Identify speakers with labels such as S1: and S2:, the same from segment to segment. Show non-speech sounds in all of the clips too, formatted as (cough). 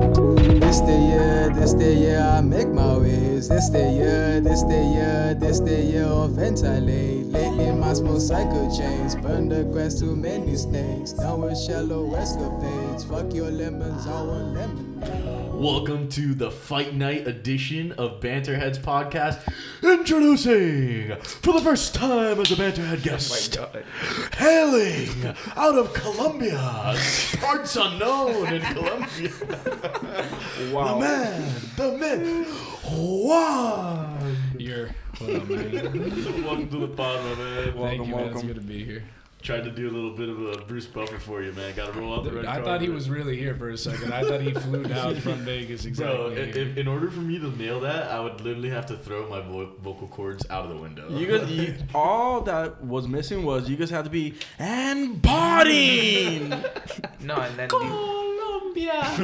S1: This the year, this the year I make my ways. This the year, this the year, this the year of ventilate. Lately my small cycle chains burn the grass too many snakes. Down with shallow escapades. Fuck your lemons, I want lemonade.
S2: Welcome to the Fight Night edition of Banterheads podcast. Introducing for the first time as a Banterhead guest, hailing out of Colombia, parts unknown in Colombia, the
S3: Wow.
S2: man, the myth, Juan.
S4: You're what
S3: (laughs)
S4: up, man?
S2: Welcome to the pod, my man.
S4: Thank you, man. It's
S3: welcome.
S4: good to be here.
S2: Tried to do a little bit of a Bruce Buffer for you, man. Got to roll out the red
S4: I thought
S2: carpet.
S4: he was really here for a second. I thought
S3: (laughs)
S4: he flew down from Vegas. Exactly.
S2: Bro, i- if, in order for me to nail that, I would literally have to throw my vo- vocal cords out of the window.
S3: You guys, you, all that was missing was you guys had to be and partying.
S5: (laughs) No, and then the,
S3: Colombia.
S5: (laughs)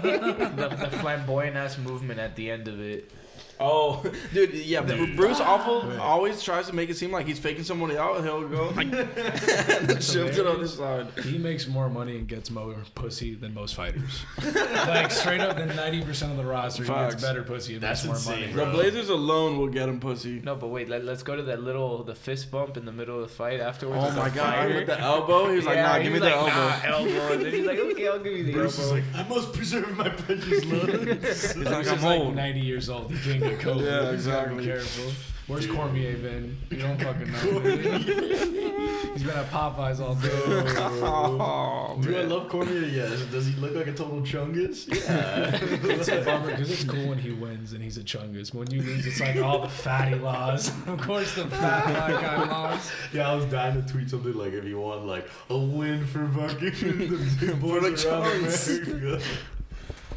S5: the, the flamboyant ass movement at the end of it.
S3: Oh, dude, yeah. Bruce awful always tries to make it seem like he's faking somebody out. He'll go and then shift it on the side.
S4: he makes more money and gets more pussy than
S3: (laughs)
S4: most fighters. like straight up, than ninety percent of the roster he
S3: Facts.
S4: gets better pussy and
S2: That's
S4: makes more
S2: insane,
S4: money.
S2: bro.
S3: The Blazers alone will get him pussy.
S5: No, but wait, let, let's go to that little the fist bump in the middle of the fight afterwards.
S3: Oh
S5: with
S3: my
S5: the
S3: god,
S5: fire.
S3: with the elbow, he was like,
S5: Yeah,
S3: nah,
S5: he
S3: give me
S5: was
S3: the
S5: like,
S3: elbow.
S5: nah, elbow. And then he's like, okay, I'll give you the
S2: Bruce
S5: elbow.
S2: is like, I must preserve my precious love.
S3: He's like,
S4: He's
S3: I'm
S4: like
S3: old.
S4: ninety years old. He
S3: (laughs)
S4: can't get COVID.
S3: Yeah,
S4: He's gotta
S3: exactly.
S4: Be careful. Where's Cormier been? You don't fucking
S3: (laughs)
S4: know. dude. He's been at Popeyes
S3: (laughs)
S4: all day.
S3: Oh,
S2: Do I
S3: man.
S2: love Cormier? Yes. Does he look like a total chungus?
S4: It's
S2: Yeah.
S4: a bummer because it's cool when he wins and he's a chungus. When you lose, it's like all the fatty laws. (laughs) Of course, the fat black (laughs) guy lost.
S2: (laughs) yeah, I was dying to tweet something like if you want like a win for fucking (laughs) the big boys
S3: the
S2: around
S3: chunks.
S2: America.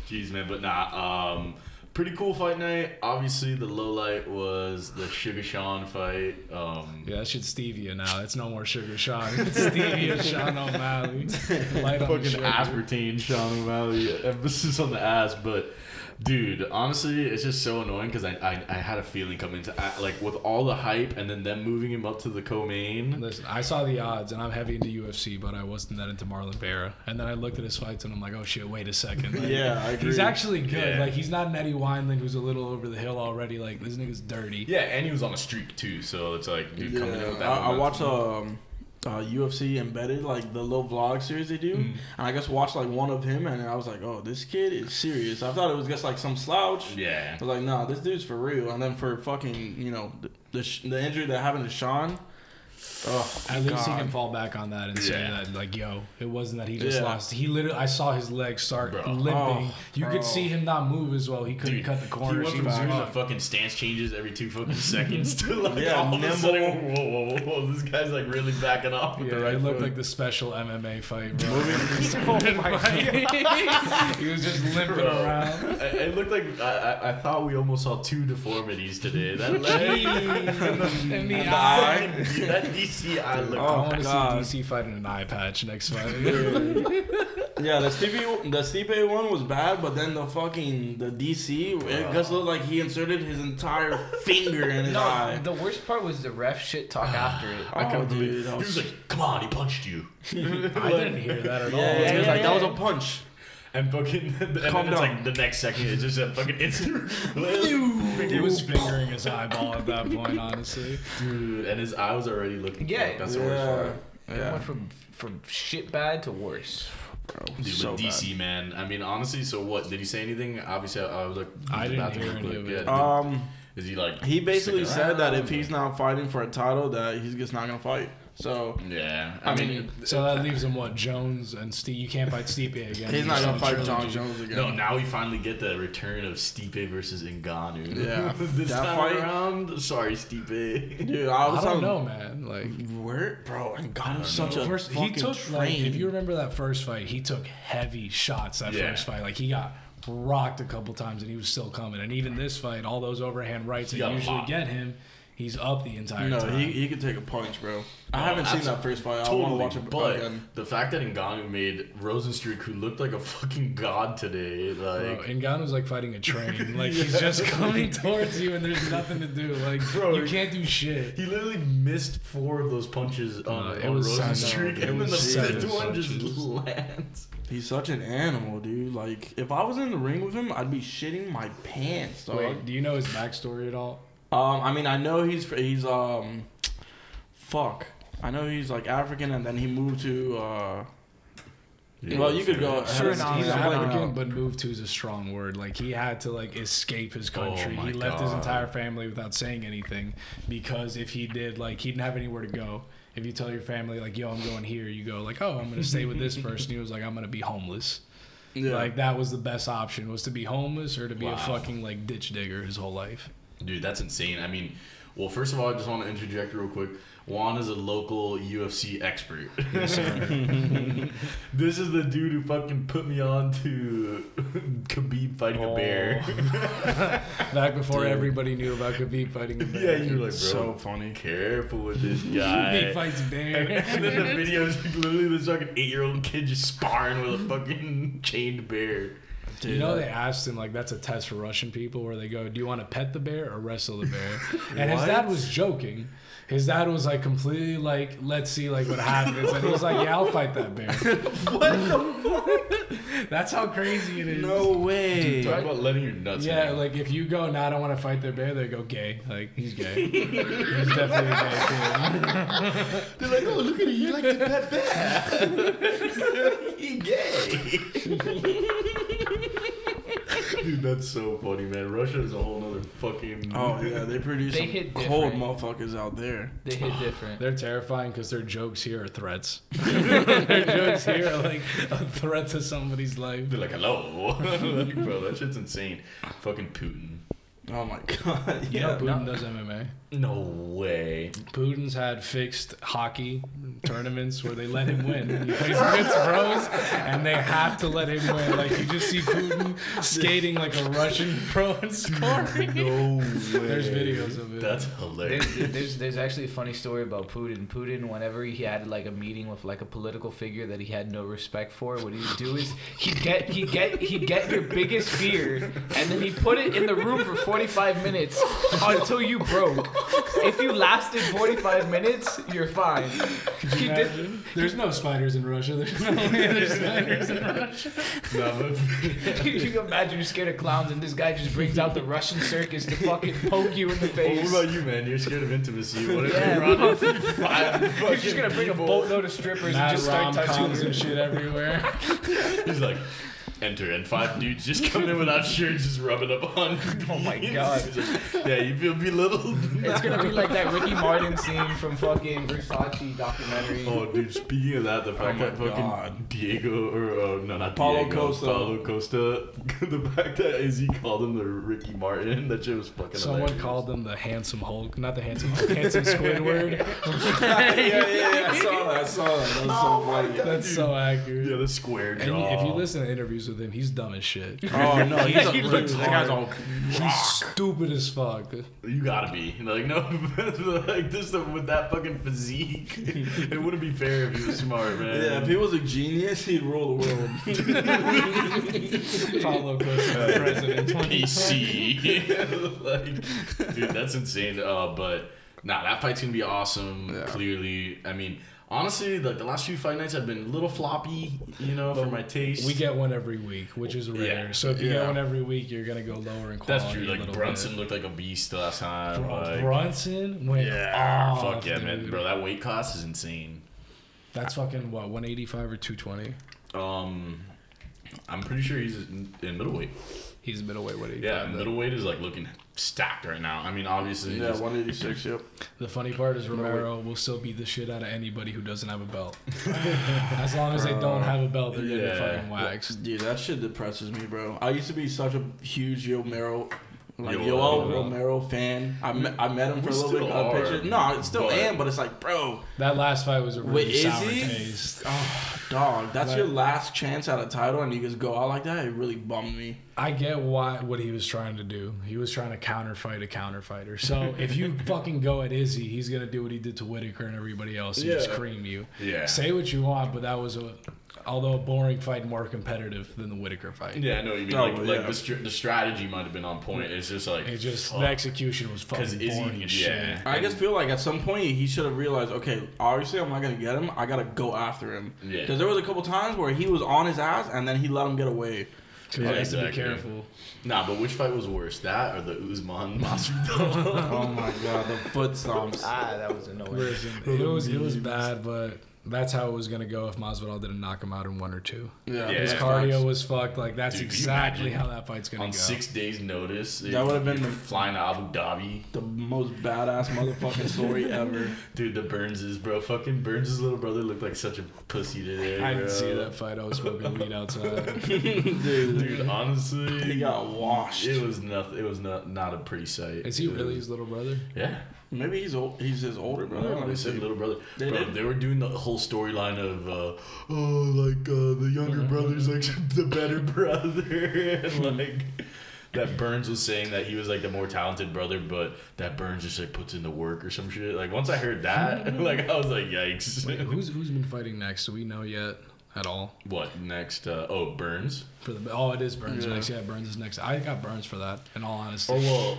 S2: Jeez, man, but nah. Um, pretty cool fight night. Obviously, the low light was the Sugar Sean fight. Um,
S4: Yeah, that shit's stevia now. It's no more sugar (laughs) Sean. It's stevia Sean O'Malley. Light on the
S2: fucking
S4: sugar.
S2: aspartame Sean O'Malley. Emphasis on the ass, but dude, honestly, it's just so annoying because I, I I had a feeling coming into I, like with all the hype and then them moving him up to the co-main.
S4: Listen, I saw the odds, and I'm heavy into UFC, but I wasn't that into Marlon Vera. And then I looked at his fights, and I'm like, oh shit, wait a second. Like,
S3: Yeah, I agree.
S4: He's actually good.
S2: Yeah.
S4: Like he's not an Eddie Wineland who's a little over the hill already. Like this nigga's dirty.
S2: Yeah, and he was on a streak too, so it's like dude
S3: Yeah,
S2: coming in with that.
S3: I, I
S2: momentum.
S3: watched um, uh, UFC Embedded, like the little vlog series they do,
S2: Mm.
S3: and I just watched like one of him, and I was like, oh, this kid is serious. I thought it was just like some
S4: uh,
S3: slouch.
S2: Yeah.
S3: I was like, nah, this dude's for real. And then for fucking, you know, the the, sh- the injury that happened to Sean. Oh,
S4: At least he
S3: God.
S4: can fall back on that and say
S2: Yeah.
S4: that, like, yo, it wasn't that he just
S3: Yeah.
S4: lost. He literally, I saw his legs start
S2: Bro.
S4: limping.
S3: Oh,
S4: you
S3: bro.
S4: could see him not move as well. He couldn't
S2: Dude,
S4: cut the
S2: he
S4: corners.
S2: went
S4: He
S2: from
S4: was
S2: doing the
S4: fucked.
S2: fucking stance changes every two
S4: (laughs)
S2: fucking seconds to like
S3: Yeah,
S2: all of a
S3: nimble.
S2: sudden, whoa, whoa, whoa, whoa, this guy's like really backing off with
S4: Yeah,
S2: the right
S4: it looked
S2: foot.
S4: like the special MMA fight, bro. he was just limping
S2: Bro. (laughs)
S4: around.
S2: I- it looked like I, I, I thought we almost saw two deformities today.
S4: (laughs)
S2: That leg
S4: In the
S3: And the
S4: eye.
S3: eye.
S2: that DC eye looked.
S4: I
S3: Oh,
S4: want to
S3: God.
S4: see DC fight in an eye patch next
S3: (laughs)
S4: fight.
S3: Yeah, the Stipe, the Stipe one was bad, but then the fucking the DC, it just looked like he inserted his entire finger in his
S5: No,
S3: eye.
S5: the worst part was the ref shit talk after it.
S3: I
S2: can't believe-
S3: that
S2: He
S3: was-
S2: was like, "Come on, he punched you."
S4: I didn't hear that at all.
S3: yeah, yeah, he was
S5: yeah,
S3: like,
S5: yeah.
S3: that was a punch.
S2: And fucking, (laughs) and then
S3: Calm
S2: it's
S3: down.
S2: like the next second, it's just a fucking (laughs) instant.
S4: He was fingering his eyeball at that point, honestly.
S2: Dude, and his eye was already looking.
S5: Yeah.
S2: fucked. that's the worst
S3: Yeah.
S2: part.
S5: It
S3: Yeah.
S5: went from from shit bad to worse.
S2: Dude,
S3: So
S2: but DC man, I mean, honestly, so what? Did he say anything? Obviously, I, I was like,
S4: I
S2: the
S4: didn't
S2: bathroom
S4: hear
S2: real
S4: any
S2: quick.
S4: of it.
S2: Yeah,
S3: Um,
S2: did- is he like?
S3: he basically
S2: sticking
S3: said that
S2: around?
S3: if he's not fighting for a title, that he's just not gonna fight. So
S2: Yeah, I,
S3: I
S2: mean,
S3: mean,
S4: So that leaves him what Jones and Steve. You can't fight Stipe again.
S3: he's not
S4: So
S3: gonna fight
S4: trilogy.
S3: John Jones again.
S2: no. Now we finally get the return of Stipe versus Ngannou.
S3: Yeah.
S2: (laughs) this
S3: That
S2: time
S3: fight-
S2: around, sorry, Stipe.
S3: Dude, I
S4: I
S3: was telling
S4: don't know, man. Like
S3: where, bro. And God, was such a
S4: first,
S3: fucking
S4: he took
S3: train.
S4: like if you remember that first fight, he took heavy shots that
S2: Yeah.
S4: first fight. Like he got rocked a couple times and he was still coming. And even this fight, all those overhand rights that
S2: got
S4: usually
S2: locked.
S4: get him, he's up the entire
S3: No,
S4: time.
S3: he, he could take a punch, bro.
S2: No,
S3: I haven't seen that
S2: absolutely.
S3: first fight. I
S2: Totally,
S3: want to watch it
S2: but
S3: again.
S2: the fact that Ngannou made Rosenstreich, who looked like a fucking god today,
S4: Bro,
S2: like
S4: Ngannou's like fighting
S3: (laughs)
S4: a train. Like he's just coming towards you, and there's nothing to do. Like,
S2: Bro,
S4: you can't do shit.
S2: he literally missed four of those punches on,
S4: it
S2: on
S4: was seven.
S2: Rosenstreich,
S4: It
S2: and then the
S4: was
S2: fifth
S4: seven
S2: one (laughs) just
S4: punches.
S2: lands.
S3: He's such an animal, dude. Like, if I was in the ring with him, I'd be shitting my pants, dog.
S4: Wait, do you know his backstory at all?
S3: Um, I mean, I know he's he's um, fuck. I know he's like African, and then he moved to. uh Well, you could go.
S4: He's
S5: Suriname,
S4: he's
S5: I don't
S4: African, but moved to is a strong word. Like he had to like escape his country.
S2: Oh my
S4: he left his
S2: God.
S4: entire family without saying anything because if he did, like he didn't have anywhere to go. If you tell your family like, "Yo, I'm going here," you go like, "Oh, I'm gonna stay with this person." He was like, "I'm gonna be homeless."
S3: Yeah.
S4: Like that was the best option was to be homeless or to be
S2: Wow.
S4: a fucking like ditch digger his whole life.
S2: Dude, that's insane. I mean, well, first of all, I just want to interject real quick. Juan is a local UFC
S4: (laughs)
S2: expert. (laughs) this is the dude who fucking put me on to (laughs) Khabib fighting a bear.
S4: Oh, Back before
S3: Dude.
S4: everybody knew about Khabib fighting
S2: (laughs) (laughs)
S4: a
S2: yeah,
S4: bear.
S2: you were like, bro,
S3: so funny.
S2: careful with
S4: (laughs)
S2: this guy. (laughs)
S4: Khabib fights
S2: And, and then
S4: bear.
S2: the
S5: (laughs)
S2: videos, literally this fucking eight-year-old kid just sparring with a fucking chained bear.
S4: you know they asked him like that's a test for Russian people where they go, do you want to pet the bear or wrestle the bear? And his dad was joking. His dad was like completely like, let's see like what happens, and he's like, yeah, I'll fight that bear. that's how crazy it is.
S3: No way.
S2: Talk about letting your nuts
S4: yeah,
S2: hang.
S4: like if you go, nah, I don't want to fight their bear. They go gay. Like he's gay. he's definitely a gay. Kid.
S2: They're like, oh, look at you. You like to pet bear. he gay. Dude, that's so funny, man. Russia is a whole nother fucking.
S3: Oh yeah, they produce
S5: They
S3: some
S5: hit
S3: cold
S5: different.
S3: motherfuckers out there.
S5: They (sighs) hit different.
S4: They're terrifying because their jokes here are threats. their jokes here are like a threat to somebody's
S2: (laughs)
S4: life.
S2: They're like, hello. (laughs) Like, bro, that shit's insane. Fucking Putin.
S3: Oh my (laughs) god.
S4: You know, Putin does MMA.
S2: No way.
S4: Putin's had fixed hockey tournaments where they let him win. He plays against pros, and they have to let him win. Like you just see Putin skating like a Russian pro and scoring.
S5: (laughs)
S2: No way.
S4: There's videos of it.
S2: That's
S5: There's,
S2: hilarious.
S5: there's there's actually a funny story about Putin. Putin, whenever he had like a meeting with like a political figure that he had no respect for, what he'd do is he'd get he get he would get your biggest fear and then he put it in the room for 45 minutes until you broke. If you lasted 45 minutes, you're fine. He did, (laughs)
S4: Imagine. There's no spiders in Russia. There's no way there's spiders in Russia.
S2: No, but-
S5: you can imagine you're scared of clowns and this guy just brings out the Russian circus to fucking poke you in the
S2: Well, what
S5: (laughs) face.
S2: about you, man? You're scared of intimacy. What if
S5: Yeah.
S2: you brought
S5: (laughs)
S2: up five fucking
S5: He's just gonna bring a
S2: people?
S5: boatload of strippers and
S4: Mad
S5: just start touching
S4: rom-coms
S5: you.
S4: and shit everywhere.
S2: He's like, enter, and five dudes just come in without shirts, just rubbing up on.
S4: (laughs)
S2: Oh my
S5: God.
S2: yeah, you feel belittled.
S5: It's gonna be like that Ricky Martin scene from fucking Versace documentary.
S2: (laughs) Oh, dude! Speaking of
S4: Oh
S2: that, the fact
S3: my
S2: that fucking
S3: God.
S2: Diego or uh, no, not
S3: Paulo
S2: Diego,
S3: Costa.
S2: Paulo Costa, (laughs) the fact that Izzy called him the Ricky Martin, that shit was fucking.
S4: Someone
S2: hilarious.
S4: called them the handsome Hulk, not the handsome Hulk, handsome
S5: (laughs)
S4: Squidward.
S3: yeah, yeah, yeah. I saw that. I saw that. That was so funny.
S4: That's so accurate.
S2: Yeah, the square
S4: And
S2: jaw.
S4: if you listen to interviews with him, he's dumb as shit.
S3: Oh no, he's (laughs) a,
S4: He
S3: that
S4: looks
S3: guy's all
S4: He's stupid as fuck.
S2: you gotta be like no, (laughs) like this with that fucking
S4: (laughs)
S2: physique, it wouldn't be fair if he was smart, man.
S3: Yeah, if he was a genius, he'd rule the (laughs) world.
S4: Paulo
S5: (laughs)
S4: Costa, president.
S2: PC. (laughs) like, dude, that's insane. Uh, but nah, that fight's gonna be awesome. Clearly, I mean, honestly, like the last few fight nights have been a little floppy, you know, for my taste.
S4: We get one every week, which is rare.
S2: Yeah.
S4: So if you
S3: Yeah.
S4: get one every week, you're gonna go lower in quality.
S2: that's true.
S4: a
S2: Like
S4: little
S2: Brunson
S4: bit.
S2: looked like a beast last time.
S4: Bro,
S2: like,
S4: Brunson went
S2: yeah,
S4: off.
S2: fuck yeah,
S4: dude.
S2: man, bro. That weight class is insane.
S4: That's fucking what 185 or 220.
S2: Um, I'm pretty sure he's in in middleweight.
S4: He's middleweight. 185.
S2: Yeah,
S4: though.
S2: middleweight is like looking stacked right now. I mean, obviously,
S3: yeah,
S2: just-
S3: 186. Yep.
S4: The funny part is Romero will still beat the shit out of anybody who doesn't have
S2: (laughs)
S4: a belt. as long as they don't have a belt, they're
S2: Yeah.
S4: getting fucking waxed.
S3: Dude, that shit depresses me, bro. I used to be such a huge Romero Like
S2: Yoel
S3: Yoel
S2: Romero.
S3: Romero fan. I met, I met him for
S2: We
S3: a little
S2: still
S3: bit.
S2: are,
S3: Got a picture. No, I still
S2: but-
S3: am, but it's like, (sighs) bro,
S4: That last fight was a really
S3: Wait, is
S4: sour
S3: he?
S4: taste.
S3: oh, dog, that's
S4: Like-
S3: your last chance at a title, and you just go out like that. It really bummed me.
S4: I get why what he was trying to do. He was trying to counterfight a counterfighter.
S2: (laughs)
S4: So if you fucking go at Izzy, he's gonna do what he did to Whitaker and everybody else and just
S3: Yeah.
S4: cream you.
S2: Yeah.
S4: Say what you want, but that was a although a boring fight, more competitive than the Whitaker fight.
S2: Yeah, I know what you mean.
S3: Oh,
S2: like, like
S3: yeah.
S2: the, str- the strategy might have been on point. It's just like
S4: It just
S2: fuck.
S4: the execution was
S2: 'Cause
S4: fucking
S2: Izzy-
S4: boring as
S2: yeah.
S4: shit.
S3: I just feel like at some point he should have realized, okay, obviously I'm not gonna get him. I gotta go after him.
S2: Yeah.
S3: Because there was a couple times where he was on his ass, and then he let him get away.
S4: So he
S2: Yeah,
S4: has to be
S2: exactly. (laughs)
S4: careful.
S2: Nah, but which fight was worse, that or the Usman (laughs) Masvidal?
S3: (laughs) Oh my god, the foot stomps.
S5: Ah, that was annoying.
S4: Listen, it was it was bad, but that's how it was gonna go if Masvidal didn't knock him out in one or two.
S3: Yeah,
S2: His Yeah,
S4: His cardio was fucked. Like that's
S2: Dude, can you
S4: exactly
S2: imagine?
S4: how that fight's gonna
S2: on
S4: go.
S2: six days' notice,
S3: That would have been the-
S2: flying to Abu Dhabi,
S3: the most badass motherfucking story ever.
S2: dude. The Burnses, bro, fucking Burns' little brother looked like such a pussy today.
S4: I
S2: bro.
S4: didn't see that fight. I was smoking
S2: (laughs)
S4: weed outside.
S3: Dude,
S2: dude.
S4: (laughs)
S2: Honestly,
S3: he got washed.
S2: It was nothing. It was not not a pretty sight.
S4: Is he
S2: It
S4: really
S2: was-
S4: his little brother?
S2: Yeah.
S3: Maybe he's old, he's his older brother.
S2: No, they said little brother.
S3: They
S2: Bro,
S3: did?
S2: they were doing the whole storyline of, uh, oh, like uh, the younger
S4: Mm-hmm.
S2: brother's like (laughs) the
S4: (laughs)
S2: better brother, and like that Burns was saying that he was like the more talented brother, but that Burns just like puts in the work or some shit. Like once I heard that, (laughs) like I was like, yikes.
S4: Mm-hmm. Wait, who's who's been fighting next? Do we know yet at all?
S2: (laughs) what next? Uh, oh, Burns.
S4: For the oh, it is Burns
S3: Yeah.
S4: next. Yeah, Burns is next. I got Burns for that. In all honesty,
S2: Oh well.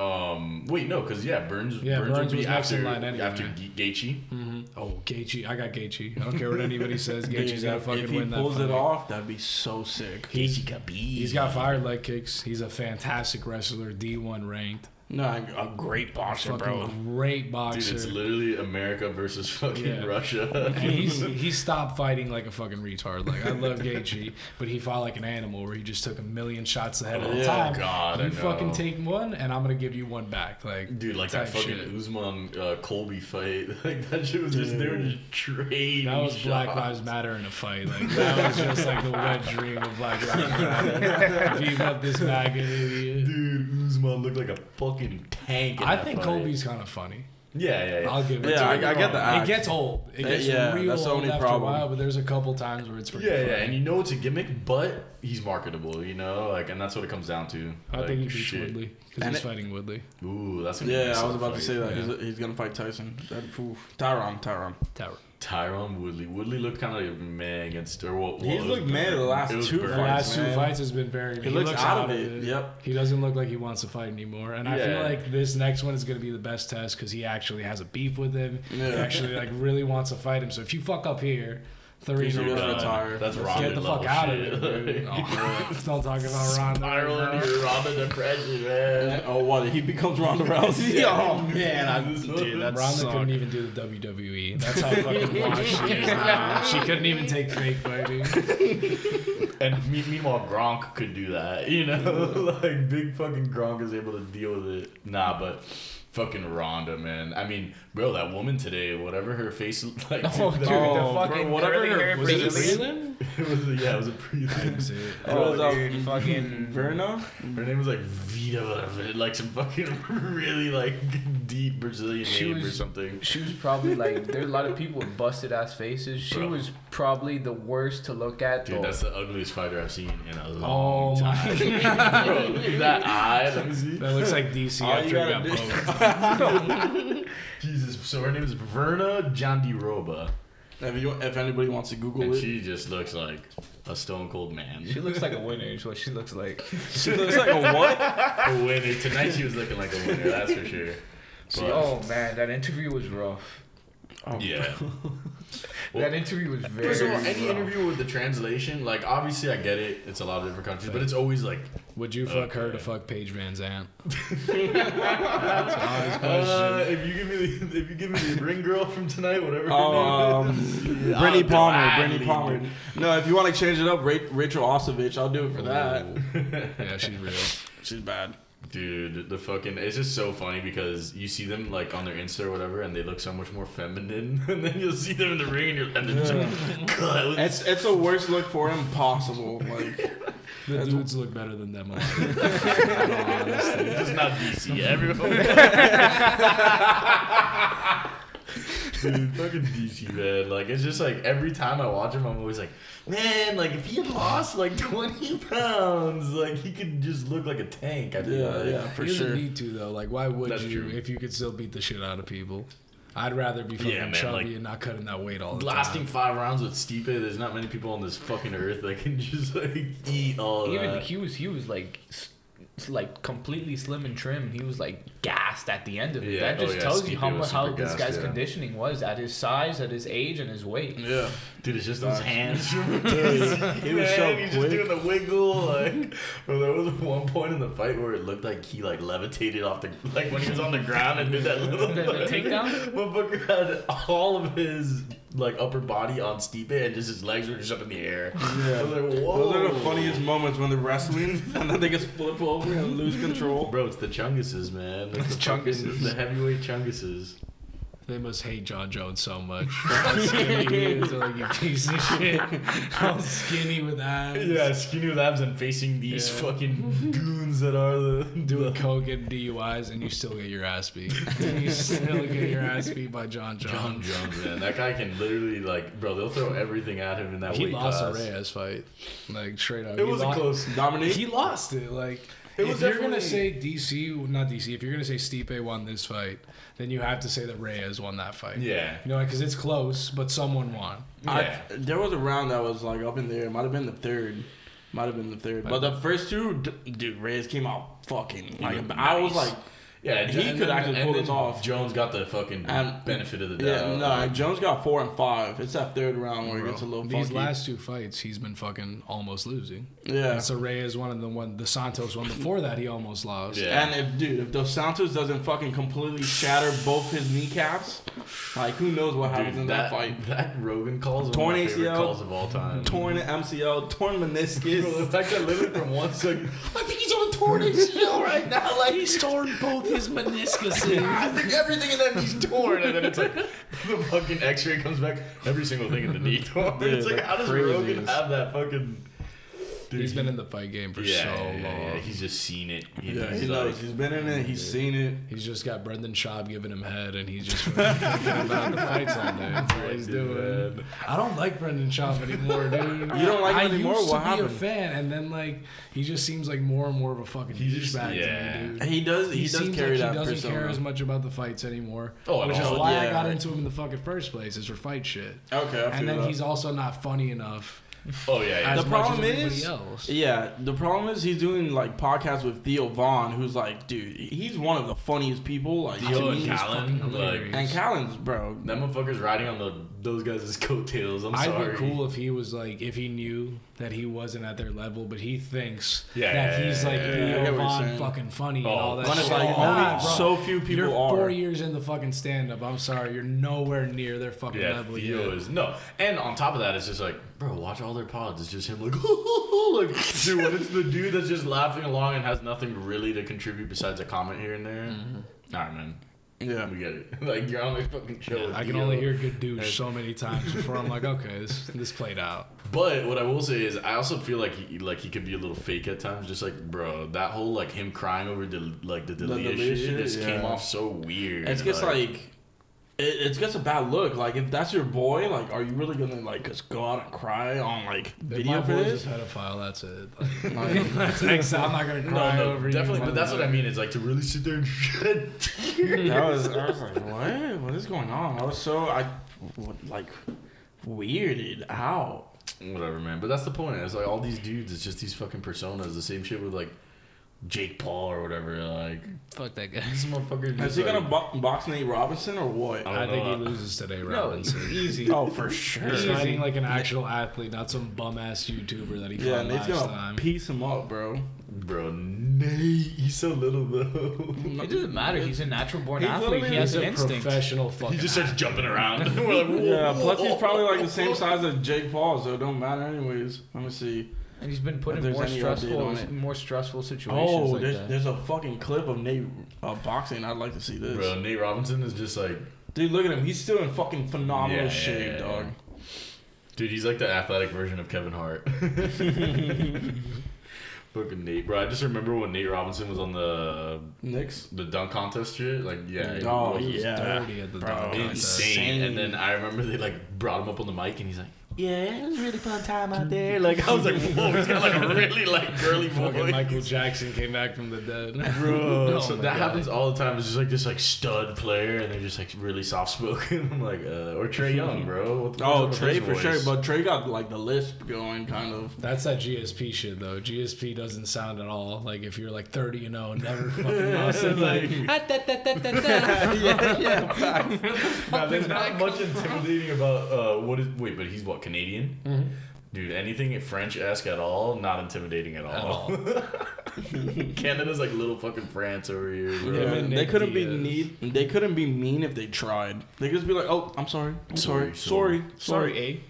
S2: Um. Wait, no, because yeah, Burns.
S4: Yeah,
S2: Burns,
S4: Burns
S2: would be
S4: was next
S2: after
S4: in line anyway.
S2: after Ge- Gaethje.
S4: oh Gaethje, I got Gaethje. I don't care what anybody says.
S3: (laughs)
S4: Gaethje's gonna fucking
S3: if he
S4: win that.
S3: pulls
S4: fight.
S3: it off, that'd be so sick.
S4: He-
S2: got
S4: He's got fire leg kicks. He's a fantastic wrestler, D1 ranked,
S3: No, a great boxer,
S4: fucking
S3: bro.
S4: great
S2: Dude,
S4: boxer.
S2: it's literally America versus fucking
S4: Yeah.
S2: Russia.
S4: and he's (laughs) he stopped fighting like a fucking retard. Like I love Gaethje, but he fought like an animal where he just took a million shots ahead at
S2: Oh,
S4: a time.
S2: God, I
S4: you fucking
S2: know.
S4: take one, and I'm gonna give you one back. Like
S2: Dude, like that
S4: type
S2: fucking
S4: shit.
S2: Usman uh, Colby fight, (laughs) like that shit was just they were just trading.
S4: That was Black
S2: shots.
S4: Lives Matter in a fight. Like that was just like the wet dream of Black Lives Matter. Beat up this MAGA
S2: (laughs)
S4: idiot.
S2: Dude, Usman looked like a fucking tank. in
S4: I
S2: that
S4: think
S2: fight.
S4: Colby's kind of funny.
S2: Yeah, yeah, yeah.
S4: I'll give it.
S3: Yeah,
S4: to
S3: I-
S4: him.
S3: I get the act.
S4: It gets old. It
S3: Uh,
S4: gets
S3: yeah,
S4: real
S3: that's the
S4: old
S3: only
S4: after
S3: problem.
S4: a while. But there's a couple times where it's pretty
S2: yeah, yeah,
S4: funny.
S2: and you know it's a gimmick, but he's marketable, you know, like, and that's what it comes down to.
S4: I
S2: Like,
S4: think he beats
S2: shit.
S4: Woodley because
S3: And
S4: he's
S3: it-
S4: fighting Woodley.
S2: Ooh, that's gonna be a
S3: Yeah, I was
S2: solid
S3: about to
S2: fight.
S3: say that.
S4: yeah.
S3: He's, he's gonna fight Tyson. That'd prove Tyron. Tyron.
S4: Tower.
S2: Tyron Woodley. Woodley looked kind of mad against. Or what?
S3: He's looked mad the last two
S4: The
S3: Fights,
S4: last two
S3: man.
S4: fights has been very.
S3: He, looks, out of it. Yep.
S4: He doesn't look like he wants to fight anymore, and I feel
S2: Yeah.
S4: like this next one is going to be the best test because he actually has a beef with him. He
S3: Yeah.
S4: actually like really wants to fight him. So if you fuck up here, three
S3: He's
S4: in a
S3: gonna
S4: row,
S3: retire.
S2: That's Robin
S4: get the fuck out of here.
S2: (laughs)
S4: Dude.
S3: (laughs)
S4: Oh, Let's don't talk about Ronda.
S2: Spiraling
S4: bro.
S2: your Robin depression, man.
S3: Oh, what? He becomes
S2: (laughs)
S3: Ronda Rousey. oh man, I just
S2: Dude, that
S4: Ronda couldn't even do the WWE. That's
S3: (laughs)
S4: how fucking washed she is now. She couldn't even take fake fighting.
S2: And me- meanwhile, Gronk could do that, you know? (laughs) like, big fucking Gronk is able to deal with it. Nah, but fucking Ronda, man. I mean, bro, that woman today, whatever her face (laughs) looked like.
S5: (laughs) Oh, dude,
S2: that-
S3: bro,
S5: the fucking
S3: whatever
S5: curly
S3: her-
S5: hair
S4: Was it a
S5: face.
S4: prelim?
S2: (laughs) it was a, yeah, it was a pretty thing.
S3: Oh,
S5: Oh,
S3: that-
S5: dude, fucking.
S3: (laughs) Verna.
S2: Her name was like Vita, like some fucking (laughs) really like deep Brazilian
S5: She
S2: name or
S5: was-
S2: something.
S5: She was probably like there's a lot of people with busted ass faces. She
S2: Bro.
S5: was probably the worst to look at.
S2: Dude,
S5: though.
S2: that's the ugliest fighter I've seen in a long
S4: Oh
S2: time. (laughs)
S4: my god.
S2: Bro, that eye, let me see.
S4: That looks like DC
S3: All
S4: after
S3: you
S4: he
S3: gotta
S4: got
S3: do-
S4: poked.
S2: Jesus. So her name is Verna Jandiroba,
S3: If you, if anybody wants to Google
S2: and
S3: it,
S2: she just looks like a stone cold man.
S5: She looks like a winner. Is what she looks like.
S3: she (laughs) looks like a what?
S2: a winner tonight. She was looking like a winner. That's for sure. But,
S5: oh man, that interview was rough.
S2: yeah.
S5: that interview was very.
S2: First of all, any
S5: rough.
S2: interview with the translation, like obviously I get it. It's a lot of different countries, but it's always like,
S4: Would you fuck her to
S2: Okay.
S4: fuck Paige
S2: (laughs)
S4: Van Zant?
S2: uh, if you give me the if you give me the ring girl from tonight, whatever. her
S3: Oh,
S2: name
S3: um,
S2: is.
S3: Brittany
S2: I'll
S3: Palmer.
S2: gladly
S3: Brittany Palmer.
S2: do-
S3: No, if you want to change it up, Ra- Rachel Osovich. I'll do it
S2: uh,
S3: for (laughs) that.
S4: yeah, she's real.
S3: She's bad.
S2: Dude, the fucking it's just so funny because you see them like on their Insta or whatever, and they look so much more feminine, (laughs) and then you'll see them in the ring, and you're and then just, God,
S3: It's it's the worst look for him possible. Like
S4: The dudes look better than them. all. Honestly.
S2: This is not DC.
S5: (laughs)
S2: Everyone. Dude, fucking DC man. Like it's just like every time I watch him, I'm always like, man, like if he had lost like (laughs) 20 pounds, like he could just look like a tank. I feel
S3: Yeah,
S2: like.
S3: yeah, for
S4: he doesn't
S3: sure.
S4: need to though. Like, why would
S2: That's
S4: you
S2: true.
S4: if you could still beat the shit out of people? I'd rather be fucking
S2: Yeah, man,
S4: chubby
S2: like-
S4: and not cutting that weight all the
S2: Lasting
S4: time.
S2: five rounds with Stipe, there's not many people on this fucking earth that can just like eat all of
S5: Even
S2: that.
S5: he was he was like s- s- like completely slim and trim. He was like gassed at the end of it.
S2: Yeah,
S5: that
S2: oh
S5: just
S2: yeah,
S5: tells you
S2: Stipe
S5: how
S2: was
S5: much how
S2: super
S5: this
S2: gassed,
S5: guy's
S2: yeah.
S5: conditioning was at his size, at his age, and his weight.
S3: Yeah.
S2: Dude, it's just those
S5: (laughs)
S2: hands.
S3: He was so
S2: he's
S3: quick.
S2: just doing the wiggle. (laughs) Like, bro, there was one point in the fight where it looked like he like levitated off the like when he was on the ground and did that little (laughs)
S5: The- the takedown?
S2: Motherfucker had all of his like upper body on Stipe and just his legs were just up in the air. I was
S3: Yeah.
S2: like, whoa.
S3: Those are the funniest moments when they're wrestling (laughs) and then they just flip over and lose control.
S2: Bro, it's the Chunguses, man. It's the Chunguses, the heavyweight Chunguses.
S4: They must hate John Jones so
S2: (laughs)
S4: much. How skinny he is, they're like you piece of shit. How skinny with abs.
S2: Yeah, skinny with abs and facing these
S4: Yeah.
S2: (laughs) fucking goons that are the
S4: Doing coke and DUIs, and you still get your ass
S2: (laughs)
S4: beat. you still get your ass beat by John
S2: John
S4: Jones.
S2: Jones, man. That guy can literally like, bro. They'll throw everything at him in that
S4: He
S2: weight
S4: lost
S2: class.
S4: a Reyes fight, like straight up.
S2: It
S4: He
S2: was a
S4: lost-
S2: close.
S3: Dominique?
S4: He lost it. Like
S2: It
S4: if
S2: was
S4: you're gonna say
S2: definitely-
S4: DC, not DC. If you're gonna say Stipe won this fight, then you have to say that Reyes won that fight.
S2: Yeah.
S4: You know, because it's close, but someone won.
S2: Yeah.
S3: I, there was a round that was like up in there. It might have been the third. Might have been the third. But the first two, d- dude, Reyes came out fucking. Like, I was
S2: nice.
S3: like,
S2: Yeah,
S3: He
S2: and
S3: could
S2: then-
S3: actually
S2: and
S3: pull
S2: then
S3: this off.
S2: Jones got the fucking
S3: Um,
S2: benefit of the doubt.
S3: yeah, no. Jones got four and five. It's that third round where it gets a little
S4: These
S3: funky.
S4: last two fights, he's been fucking almost losing.
S3: yeah.
S4: And so Reyes won, and the one the Santos one before that, he almost lost.
S2: Yeah.
S3: And if dude, if Dos Santos doesn't fucking completely shatter both his kneecaps, like who knows what happens
S2: Dude,
S3: in
S2: that,
S3: that,
S2: (laughs)
S3: fight?
S2: that Rogan calls one
S3: Torn
S2: of my favorite
S3: ACL.
S2: calls of all time.
S3: Torn MCL,
S2: (laughs)
S3: torn
S2: Bro, the
S4: (laughs)
S3: meniscus.
S2: fact that literally from (laughs) one second, I think he's on a torn
S4: ACL right
S2: (laughs)
S4: now, like he's torn both his meniscus.
S2: I think everything in that he's torn, and then it's like (laughs) the fucking X-ray comes back, every single thing in the knee (laughs) torn.
S3: Dude,
S2: it's like
S3: that's
S2: how does
S3: crazy.
S2: Rogan have that fucking? Dude,
S4: he's
S2: he-
S4: been in the fight game for
S2: yeah,
S4: so
S2: yeah,
S4: long.
S2: yeah, yeah, He's just seen it. He-
S3: Yeah,
S2: he's
S3: he
S2: like-
S3: knows. He's been in it. He's seen it.
S4: He's just got Brendan Schaub giving him head, and he's just fucking
S3: (laughs)
S4: thinking about the fights all day. That's what he's doing. I don't like Brendan Schaub anymore, dude.
S3: (laughs) You don't like him
S4: I
S3: anymore?
S4: used
S3: What
S4: to be
S3: happened?
S4: a fan, and then like he just seems like more and more of a fucking
S2: He just-
S4: douchebag
S2: yeah.
S4: to me, dude.
S3: He does. He, does
S4: seems
S3: carry
S4: like
S3: that
S4: he doesn't
S3: persona.
S4: care as much about the fights anymore,
S2: Oh, at
S4: which
S2: all.
S4: is why I
S3: Yeah,
S4: got
S3: right.
S4: into him in the fucking first place is for fight shit.
S3: Okay, I feel
S4: And then
S3: that.
S4: he's also not funny enough.
S2: Oh yeah, yeah.
S4: as
S3: The
S4: much
S3: problem
S4: as everybody
S3: is-
S4: else.
S3: Yeah, the problem is he's doing like podcasts with Theo Vaughn, who's like, dude, he's one of the funniest people. Like,
S2: Theo
S3: to
S2: and
S3: me.
S2: Callan,
S4: fucking
S2: like-
S4: hilarious.
S3: and Callan's bro.
S2: That motherfucker's riding on the those guys' (laughs) coattails. I'm
S4: I'd
S2: sorry.
S4: be cool if he was like if he knew that he wasn't at their level, but he thinks
S2: Yeah,
S4: that
S2: yeah,
S4: he's
S2: yeah,
S4: like
S2: yeah,
S3: yeah, I
S4: Theo
S3: get what you're
S4: Von
S3: saying.
S4: fucking funny
S2: Oh,
S4: and all
S2: when
S4: that.
S3: When
S4: shit.
S3: it's like
S4: Nah,
S3: only
S4: bro.
S3: so few people
S4: you're
S3: are.
S4: four years in the fucking stand up. I'm sorry, you're nowhere near their fucking
S2: Yeah,
S4: level
S2: Theo
S4: yet.
S2: is no. And on top of that, it's just like, bro, watch all their pods. It's just him like, (laughs) like, dude, when it's the dude that's just laughing along and has nothing really to contribute besides a comment here and there.
S4: Mm-hmm.
S2: All right, man,
S3: Yeah,
S2: we get it. (laughs) Like you're on this fucking show. with
S4: I can
S2: Theo.
S4: only hear good douche so many times before I'm like, okay, this this played out.
S2: But what I will say is, I also feel like he, like he could be a little fake at times. Just like, bro, that whole like him crying over del- like the Delia
S3: Delia
S2: shit
S3: shit,
S2: just
S3: yeah.
S2: came off so weird.
S3: it's just like. It, it's just a bad look. Like if that's your boy, like are you really gonna like just go out and cry on like
S4: If
S3: video
S4: my
S3: for
S4: boy's
S3: this? (laughs)
S4: a pedophile, that's
S2: (laughs)
S4: it. Like,
S3: Like,
S4: that's X, I'm not gonna
S2: No,
S4: cry
S2: no,
S4: over you,
S2: definitely. But that's what I
S4: motherfucker.
S2: mean. Is like to really sit there and (laughs) shed tears.
S3: that was I was like, what? What is going on? I was so I what, like weirded out.
S2: Whatever, man. But that's the point. It's like all these dudes. It's just these fucking personas. The same shit with like Jake Paul or whatever. Like
S5: Fuck that guy.
S2: this motherfucker.
S3: Is
S2: Just,
S3: he
S2: like,
S3: gonna bo- box Nate Robinson or what?
S2: I
S4: I
S2: don't
S4: think he
S2: know.
S4: loses today,
S5: No,
S4: Robinson.
S5: it's easy.
S3: Oh, for sure.
S4: He's
S5: Easy.
S4: fighting like an actual athlete, not some bum ass YouTuber that he
S3: Yeah,
S4: fought
S3: Nate's
S4: last
S3: gonna
S4: time.
S3: piece him up, bro.
S2: bro? Nate, he's so little though.
S5: (laughs)
S2: (laughs)
S5: It doesn't matter. He's a natural born
S3: He's
S5: athlete.
S3: literally
S5: He
S4: He's
S5: has
S4: a
S5: an instinct.
S4: professional fucking.
S2: He just starts jumping around. (laughs) We're like, whoa,
S3: Yeah, plus he's
S2: whoa.
S3: probably like the (laughs) same size as Jake Paul, so it don't matter anyways. Let me see.
S5: And he's been put
S3: If
S5: in
S3: there's
S5: more
S3: any update on
S5: stressful,
S3: it.
S5: more stressful situations
S3: Oh,
S5: like
S3: there's,
S5: that.
S3: there's a fucking clip of Nate uh, boxing. I'd like to see this.
S2: Bro, Nate Robinson is just like,
S3: Dude, look at him. He's still in fucking phenomenal
S2: Yeah, yeah,
S3: shape,
S2: yeah,
S3: dog. (laughs)
S2: dude, he's like the athletic version of Kevin Hart. (laughs) Fucking Nate, bro. I just remember when Nate Robinson was on the
S3: Knicks.
S2: the dunk contest shit. Like, yeah. it
S3: Oh,
S2: was
S3: yeah.
S4: Dirty at the
S3: Bro.
S4: dunk contest.
S2: Insane.
S3: Insane.
S2: And then I remember they like brought him up on the mic, and he's like, "Yeah, it was a really fun time out there." Like, I was like, "Whoa, he's got like a really like girly (laughs)
S4: Fucking
S2: voice."
S4: Michael Jackson came back from the dead. (laughs)
S2: Bro, so
S5: my
S2: that
S5: God.
S2: happens all the time. It's just like this like stud player, and they're just like really soft spoken. (laughs) I'm like, uh, or Trey Young, bro. What the fuck's up
S3: Oh,
S2: with
S3: Trey
S2: his
S3: for sure,
S2: voice?
S3: but Trey got like the lisp going, kind of.
S4: That's that GSP shit though. GSP doesn't sound at all like if you're like 30 and 0, never fucking lost it. Like, "Ah, da, da, da, da,
S3: (laughs)
S4: da."
S3: yeah, yeah.
S4: (laughs)
S2: Now, there's not much intimidating about uh, what is. Wait, but he's what Canadian?
S4: Mm-hmm.
S2: Dude, anything French-esque at all? Not intimidating at all. (laughs) Canada's like little fucking France over here, bro.
S4: Yeah, man.
S3: they couldn't be
S4: Diaz.
S3: need. They couldn't be mean if they tried. They could just be like, "Oh, I'm sorry, I'm sorry,
S2: Sorry,
S3: sorry,
S5: Sorry,
S3: sorry."
S5: A.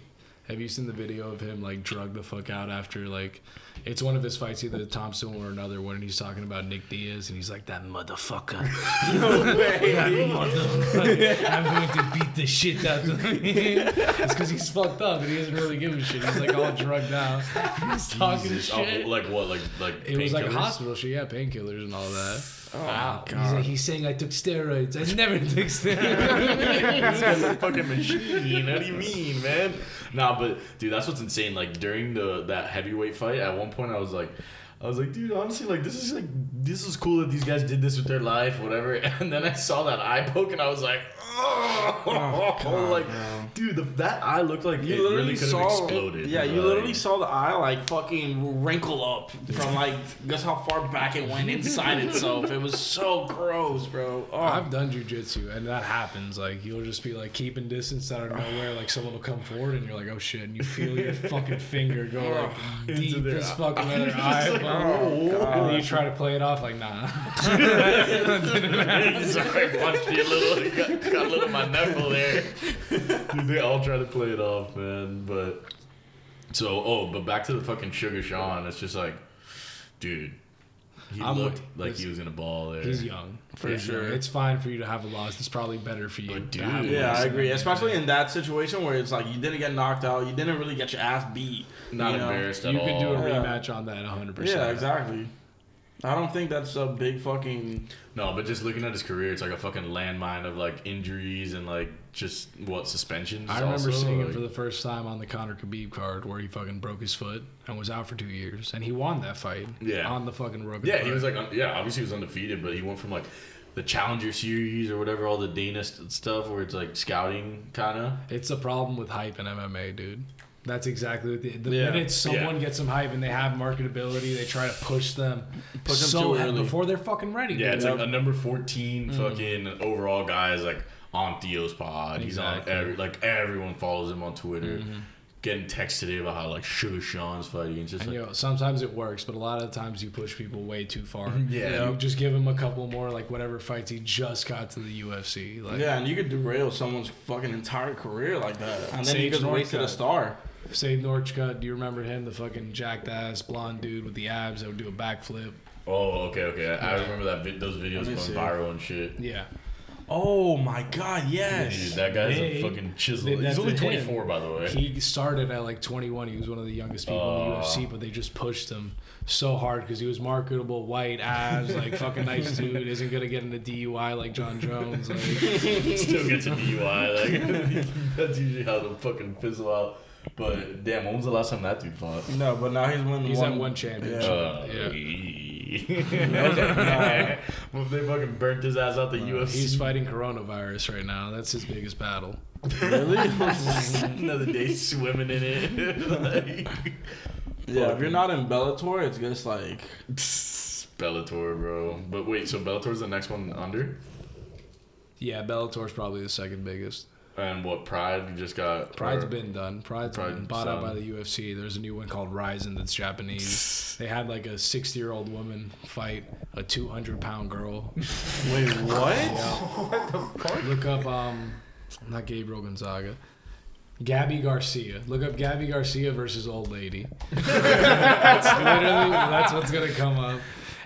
S4: Have you seen the video of him like drug the fuck out after like it's one of his fights, either Thompson or another one, and he's talking about Nick Diaz, and he's like, "That
S2: (laughs)
S4: motherfucker, (laughs) that motherfucker, I'm going to beat the shit out of him." it's because he's fucked up and he doesn't really give a shit. He's like all drugged out. He's talking
S2: Jesus. Oh,
S4: shit.
S2: like what? Like like.
S4: It was like
S2: painkillers?
S4: hospital shit, yeah, painkillers and all that.
S3: Oh,
S4: Wow.
S3: God.
S4: He's, like, he's saying I took steroids. I never took
S2: (laughs)
S4: steroids.
S2: this guy's a fucking machine. How do you mean, man? Nah, but dude, that's what's insane. Like during the that heavyweight fight, at one point I was like, I was like, dude, honestly, like this is like this is cool that these guys did this with their life, whatever. (laughs) And then I saw that eye poke, and I was like, oh,
S3: God,
S2: like,
S3: bro.
S2: dude, the, that eye looked like
S3: You
S2: it
S3: literally
S2: really could have
S3: saw.
S2: exploded.
S3: Yeah, you
S2: like-
S3: literally saw the eye like fucking wrinkle up from like guess how far back it went inside itself. It was so gross, bro. Oh,
S4: I've done jujitsu, and that happens. Like you'll just be like keeping distance out of nowhere. Like someone will come forward, and you're like, "Oh shit!" And you
S2: (laughs)
S4: feel your fucking finger go like
S2: Into
S4: deep
S2: their
S4: as
S2: eye. (laughs)
S4: fuck in their
S2: It's
S4: eye.
S2: like,
S4: bro.
S2: oh,
S4: and then you try to play it off like, "Nah." (laughs)
S2: Sorry, punched you a little. Got, got a little of my knuckle there. Dude, they all try to play it off, man. But so, oh, but back to the fucking Sugar Sean. It's just like, dude, he
S4: I'm
S2: looked
S4: with-
S2: like he was gonna ball there.
S4: He's young
S3: For
S4: He's young.
S3: sure.
S4: It's fine for you to have a loss. It's probably better for you.
S2: But
S4: to
S2: dude-
S4: have a
S3: yeah,
S4: loss
S3: I
S4: than
S3: agree.
S4: to-
S3: Especially in that situation where it's like you didn't get knocked out, you didn't really get your ass beat.
S2: Not
S3: you know?
S2: embarrassed at
S4: You
S2: all.
S4: could do a
S3: Yeah.
S4: rematch on that 100. percent
S3: Yeah, exactly. I don't think that's a big fucking.
S2: No, but just looking at his career, it's like a fucking landmine of like injuries and like just what suspensions.
S4: I remember
S2: also,
S4: seeing him
S2: like-
S4: for the first time on the Conor Khabib card, where he fucking broke his foot and was out for two years, and he won that fight.
S2: Yeah.
S4: on the fucking broken.
S2: Yeah, he
S4: foot.
S2: was like, un- yeah, obviously he was undefeated, but he went from like the Challenger series or whatever, all the Dana st- stuff where it's like scouting kind of.
S4: It's a problem with hype in MMA, dude. That's exactly what the, the
S3: Yeah.
S4: minute someone
S2: Yeah.
S4: gets some hype and they have marketability, they try to push them,
S3: Push 'em
S4: so
S3: too
S4: hard
S3: early.
S4: before they're fucking ready.
S2: Yeah,
S4: dude.
S2: it's like a number
S4: Mm.
S2: 14 fucking overall guy is like on Theo's pod.
S4: Exactly. Mm-hmm.
S2: He's on every, like everyone follows him on Twitter. Getting texts today about how like Sugar Sean's fighting. It's just
S4: And, you
S2: like,
S4: know, sometimes it works, but a lot of the times you push people way too far.
S2: Yeah.
S4: you just give him a couple more, like whatever fights he just got to the UFC. Like,
S3: Yeah, and you could derail someone's fucking entire career like that, and then
S4: Sage
S3: you just
S4: Northcutt.
S3: wasted a star.
S4: say Norchka, do you remember him, the fucking jacked ass blonde dude with the abs that would do a backflip?
S2: oh, okay, okay. I, I remember that vi- those videos
S3: Let me
S2: going
S3: see.
S2: viral and shit.
S4: Yeah,
S3: Oh my god, yes.
S2: Dude, that guy's
S4: Hey.
S2: a fucking
S4: They-
S2: chisel.
S4: that's
S2: He's only
S4: him.
S2: 24, by the way.
S4: He started at like 21. He was one of the youngest people in the
S2: Oh.
S4: UFC, but they just pushed him so hard because he was marketable, white abs, like
S2: (laughs)
S4: fucking nice dude, isn't gonna get into DUI like John Jones. Like,
S2: (laughs) still gets
S4: (laughs)
S2: a DUI. Like (laughs) that's usually how the fucking fizzle out. But damn, when was the last time that dude fought?
S3: No, but now he's winning.
S4: he's
S3: one.
S4: at one championship.
S3: Yeah.
S2: Uh,
S4: Yeah.
S2: well, they fucking burnt his ass out the UFC.
S4: He's fighting coronavirus right now. That's his biggest battle.
S2: (laughs)
S3: (laughs)
S2: Another day swimming in it. (laughs) like,
S3: Yeah, if you're not in Bellator, it's just like
S2: Bellator, bro. But wait, so Bellator's the next one under?
S4: Yeah, Bellator's probably the second biggest.
S2: And what, Pride just got.
S4: Pride's
S2: or-
S4: been done. Pride's been
S2: Pride's
S4: bought out by
S2: done.
S4: the UFC. There's a new one called Ryzen
S2: (laughs)
S4: that's Japanese. They had like a 60 year old woman fight a 200 pound girl.
S2: (laughs)
S3: Wait, what?
S4: Look up um, not Gabriel Gonzaga. Gabby Garcia. Look up Gabby Garcia versus old lady. that's literally that's what's gonna come up.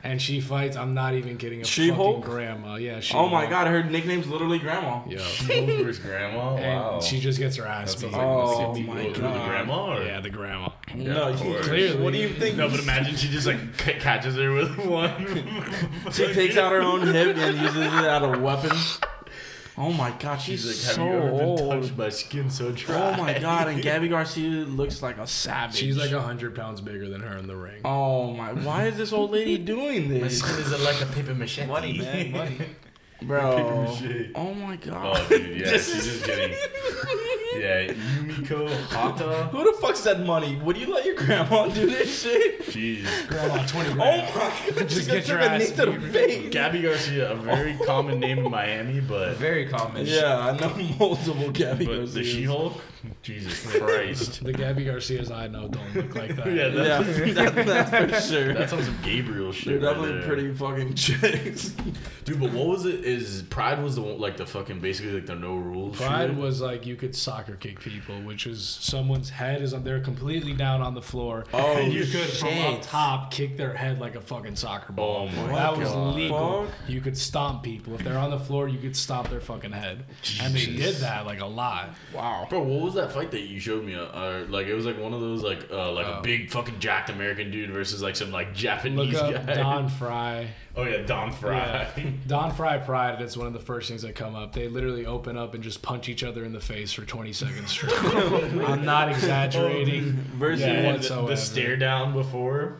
S4: and she fights. I'm not even kidding. A fucking
S3: She-Hulk?
S4: grandma. Yeah. She
S3: Oh my god, her nickname's literally Grandma.
S4: Yeah.
S2: Over grandma.
S4: And
S2: Wow.
S4: she just gets her ass beat.
S3: Oh my
S2: Over the
S3: God.
S2: grandma. Or?
S4: Yeah, the grandma.
S3: No,
S2: of course.
S4: Clearly.
S3: What do you think?
S2: No, but imagine she just like c- catches her with (laughs) one.
S3: (laughs) She takes out her own hip and uses it as a weapon. Oh my god, she's,
S2: (laughs) She's like, have
S3: so
S2: you ever been
S3: old.
S2: touched by skin so dry?
S3: Oh my god,
S2: (laughs)
S3: and Gabby Garcia looks like a savage.
S4: She's like hundred pounds bigger than her in the ring.
S3: oh my, why is this old
S2: (laughs)
S3: lady doing this,
S2: is like a paper machete.
S5: Money, man, money.
S2: Paper
S3: bro?
S2: mache.
S3: Oh my god.
S2: Oh, dude, yeah,
S3: This
S2: she's
S3: is-
S2: just getting. Yeah, Yumiko Hata.
S3: Who the fuck said money? Would you let your grandma do this shit?
S2: Jeez.
S4: Grandma, twenty
S3: Oh my god,
S4: Just
S3: she
S4: get
S3: just
S4: your
S3: took a
S4: ass
S3: knee to the face.
S2: Gabby Garcia, a very common name in Miami, but
S5: Very common.
S3: Yeah, I know (laughs) multiple Gabby
S2: but the
S3: Garcias.
S2: She Hulk, (laughs) Jesus Christ.
S4: The Gabby Garcias I know don't look like that.
S2: yeah,
S3: (laughs) Yeah,
S2: that's,
S3: that, that's for sure.
S2: that's on some Gabriel
S3: They're
S2: shit. right
S3: definitely
S2: there.
S3: pretty fucking chicks.
S2: Dude, but what was it? Is Pride was the one like the fucking basically like the no rules.
S4: Pride
S2: shit?
S4: was like you could soccer kick people, which is someone's head is on they're completely down on the floor.
S3: Oh,
S4: and you could from up
S3: shit.
S4: top kick their head like a fucking soccer
S2: Oh
S4: ball.
S2: my
S4: that was
S2: God.
S4: legal.
S3: Fuck.
S4: You could stomp people. If they're on the floor, you could stomp their fucking head. And they did that like a lot.
S3: Wow.
S2: Bro, what was that fight that you showed me? Uh, Uh, like it was like one of those like uh, like a big fucking jacked American dude versus like some like
S4: Look
S2: Japanese
S4: up
S2: guy.
S4: Don Fry.
S2: (laughs) Oh yeah, Don Fry.
S4: Yeah. Don Fry Pride, that's one of the first things that come up. They literally open up and just punch each other in the face for 20
S2: (laughs)
S4: seconds straight.
S2: Oh
S4: I'm not exaggerating.
S3: Versus
S2: Yeah, and the,
S4: whatsoever.
S2: the stare down
S3: (laughs)
S2: before.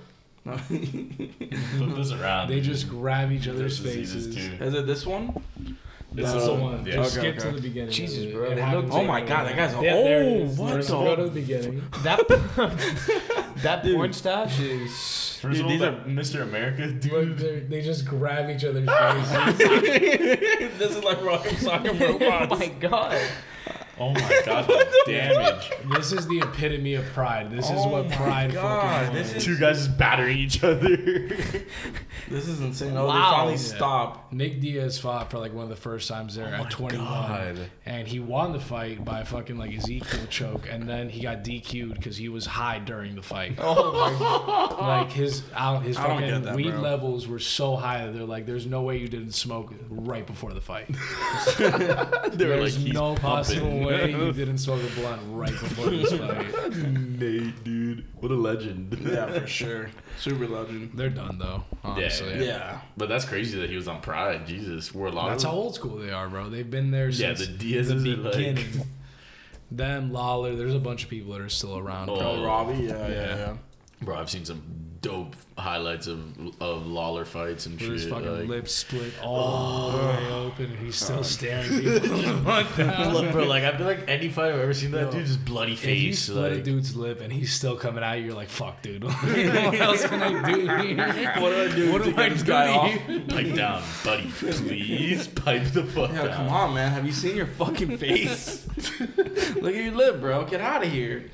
S2: Flip this around.
S4: They just grab each other's
S2: This is easy,
S4: faces.
S2: this dude.
S3: Is it this one?
S4: This
S2: No.
S4: is the one.
S2: Yeah.
S4: Just
S3: Okay,
S4: skip
S3: okay.
S4: to the beginning.
S5: Jesus,
S4: of it.
S5: bro,
S4: It
S5: they
S4: happens
S5: look-
S4: right
S3: Oh my god, that guy's
S4: Yeah, there it
S3: old.
S4: is.
S3: what
S4: First
S3: the?
S4: Go to the
S3: (laughs)
S4: beginning.
S5: (laughs) That that porn stash is.
S2: First
S3: Dude,
S2: of all,
S3: these
S2: that Mr.
S3: are-
S2: America
S4: Like,
S2: dude.
S4: they they just grab each other's faces.
S3: this is like rocket soccer (laughs)
S5: (laughs) oh
S3: robots.
S5: my god.
S2: Oh
S4: (laughs)
S2: my god, the damage.
S4: (laughs) this is the epitome of pride. This is
S3: Oh
S4: what
S3: my
S4: pride
S3: God,
S4: fucking
S3: this
S4: is.
S3: is-
S2: Two guys just battering each other. (laughs)
S3: this is insane. Oh,
S5: Wow.
S3: they finally
S5: Yeah.
S3: stop.
S4: Nick Diaz fought for like one of the first times
S3: Oh
S4: there at 21,
S2: God.
S4: and he won the fight by a fucking like Ezekiel choke, and then he got DQ'd because he was high during the fight. like his out his
S3: Oh. I don't
S4: fucking
S3: get that,
S4: weed
S3: bro.
S4: levels were so high that they're like, there's no way you didn't smoke right before the fight.
S2: they were
S4: There's
S2: like, he's
S4: no
S2: (laughs)
S4: possible
S2: pumping.
S4: way you didn't smoke a blunt right before this fight.
S2: Nate, dude, what a legend.
S3: (laughs) Yeah, for sure. Super legend.
S4: They're done though, honestly.
S3: Yeah.
S2: (laughs) But that's crazy that he was on Pride. Jesus, we're a lot.
S4: That's
S2: of,
S4: how old school they are, bro. They've been there
S2: Yeah,
S4: since
S2: the Diaz
S4: the
S2: is like.
S4: beginning. (laughs) Them, Lawler, there's a bunch of people that are still around.
S2: Oh.
S3: Oh, Robbie. Yeah, yeah,
S2: Yeah.
S3: yeah.
S2: (laughs) Bro, I've seen some dope highlights of of Lawler fights and
S4: With his
S2: shit.
S4: fucking
S2: like-
S4: lips split all the way open, and he's still staring people in the mouth down.
S2: Look, bro, like I feel like any fight I've ever seen that
S4: Yo,
S2: dude just bloody
S4: If you
S2: face.
S4: split a
S2: like,
S4: dude's lip and he's still coming at you, you're like, "Fuck, dude. (laughs) what else can I do here?
S3: What do I do
S4: What
S3: to
S4: do I
S3: get this
S4: do
S3: guy
S4: to
S3: off?
S4: you?"
S2: (laughs) pipe down,
S4: (laughs)
S2: buddy. Please pipe the fuck
S3: Yeah,
S2: down.
S3: come on, man. Have you seen your fucking face? Look at your lip, bro. Get out of here.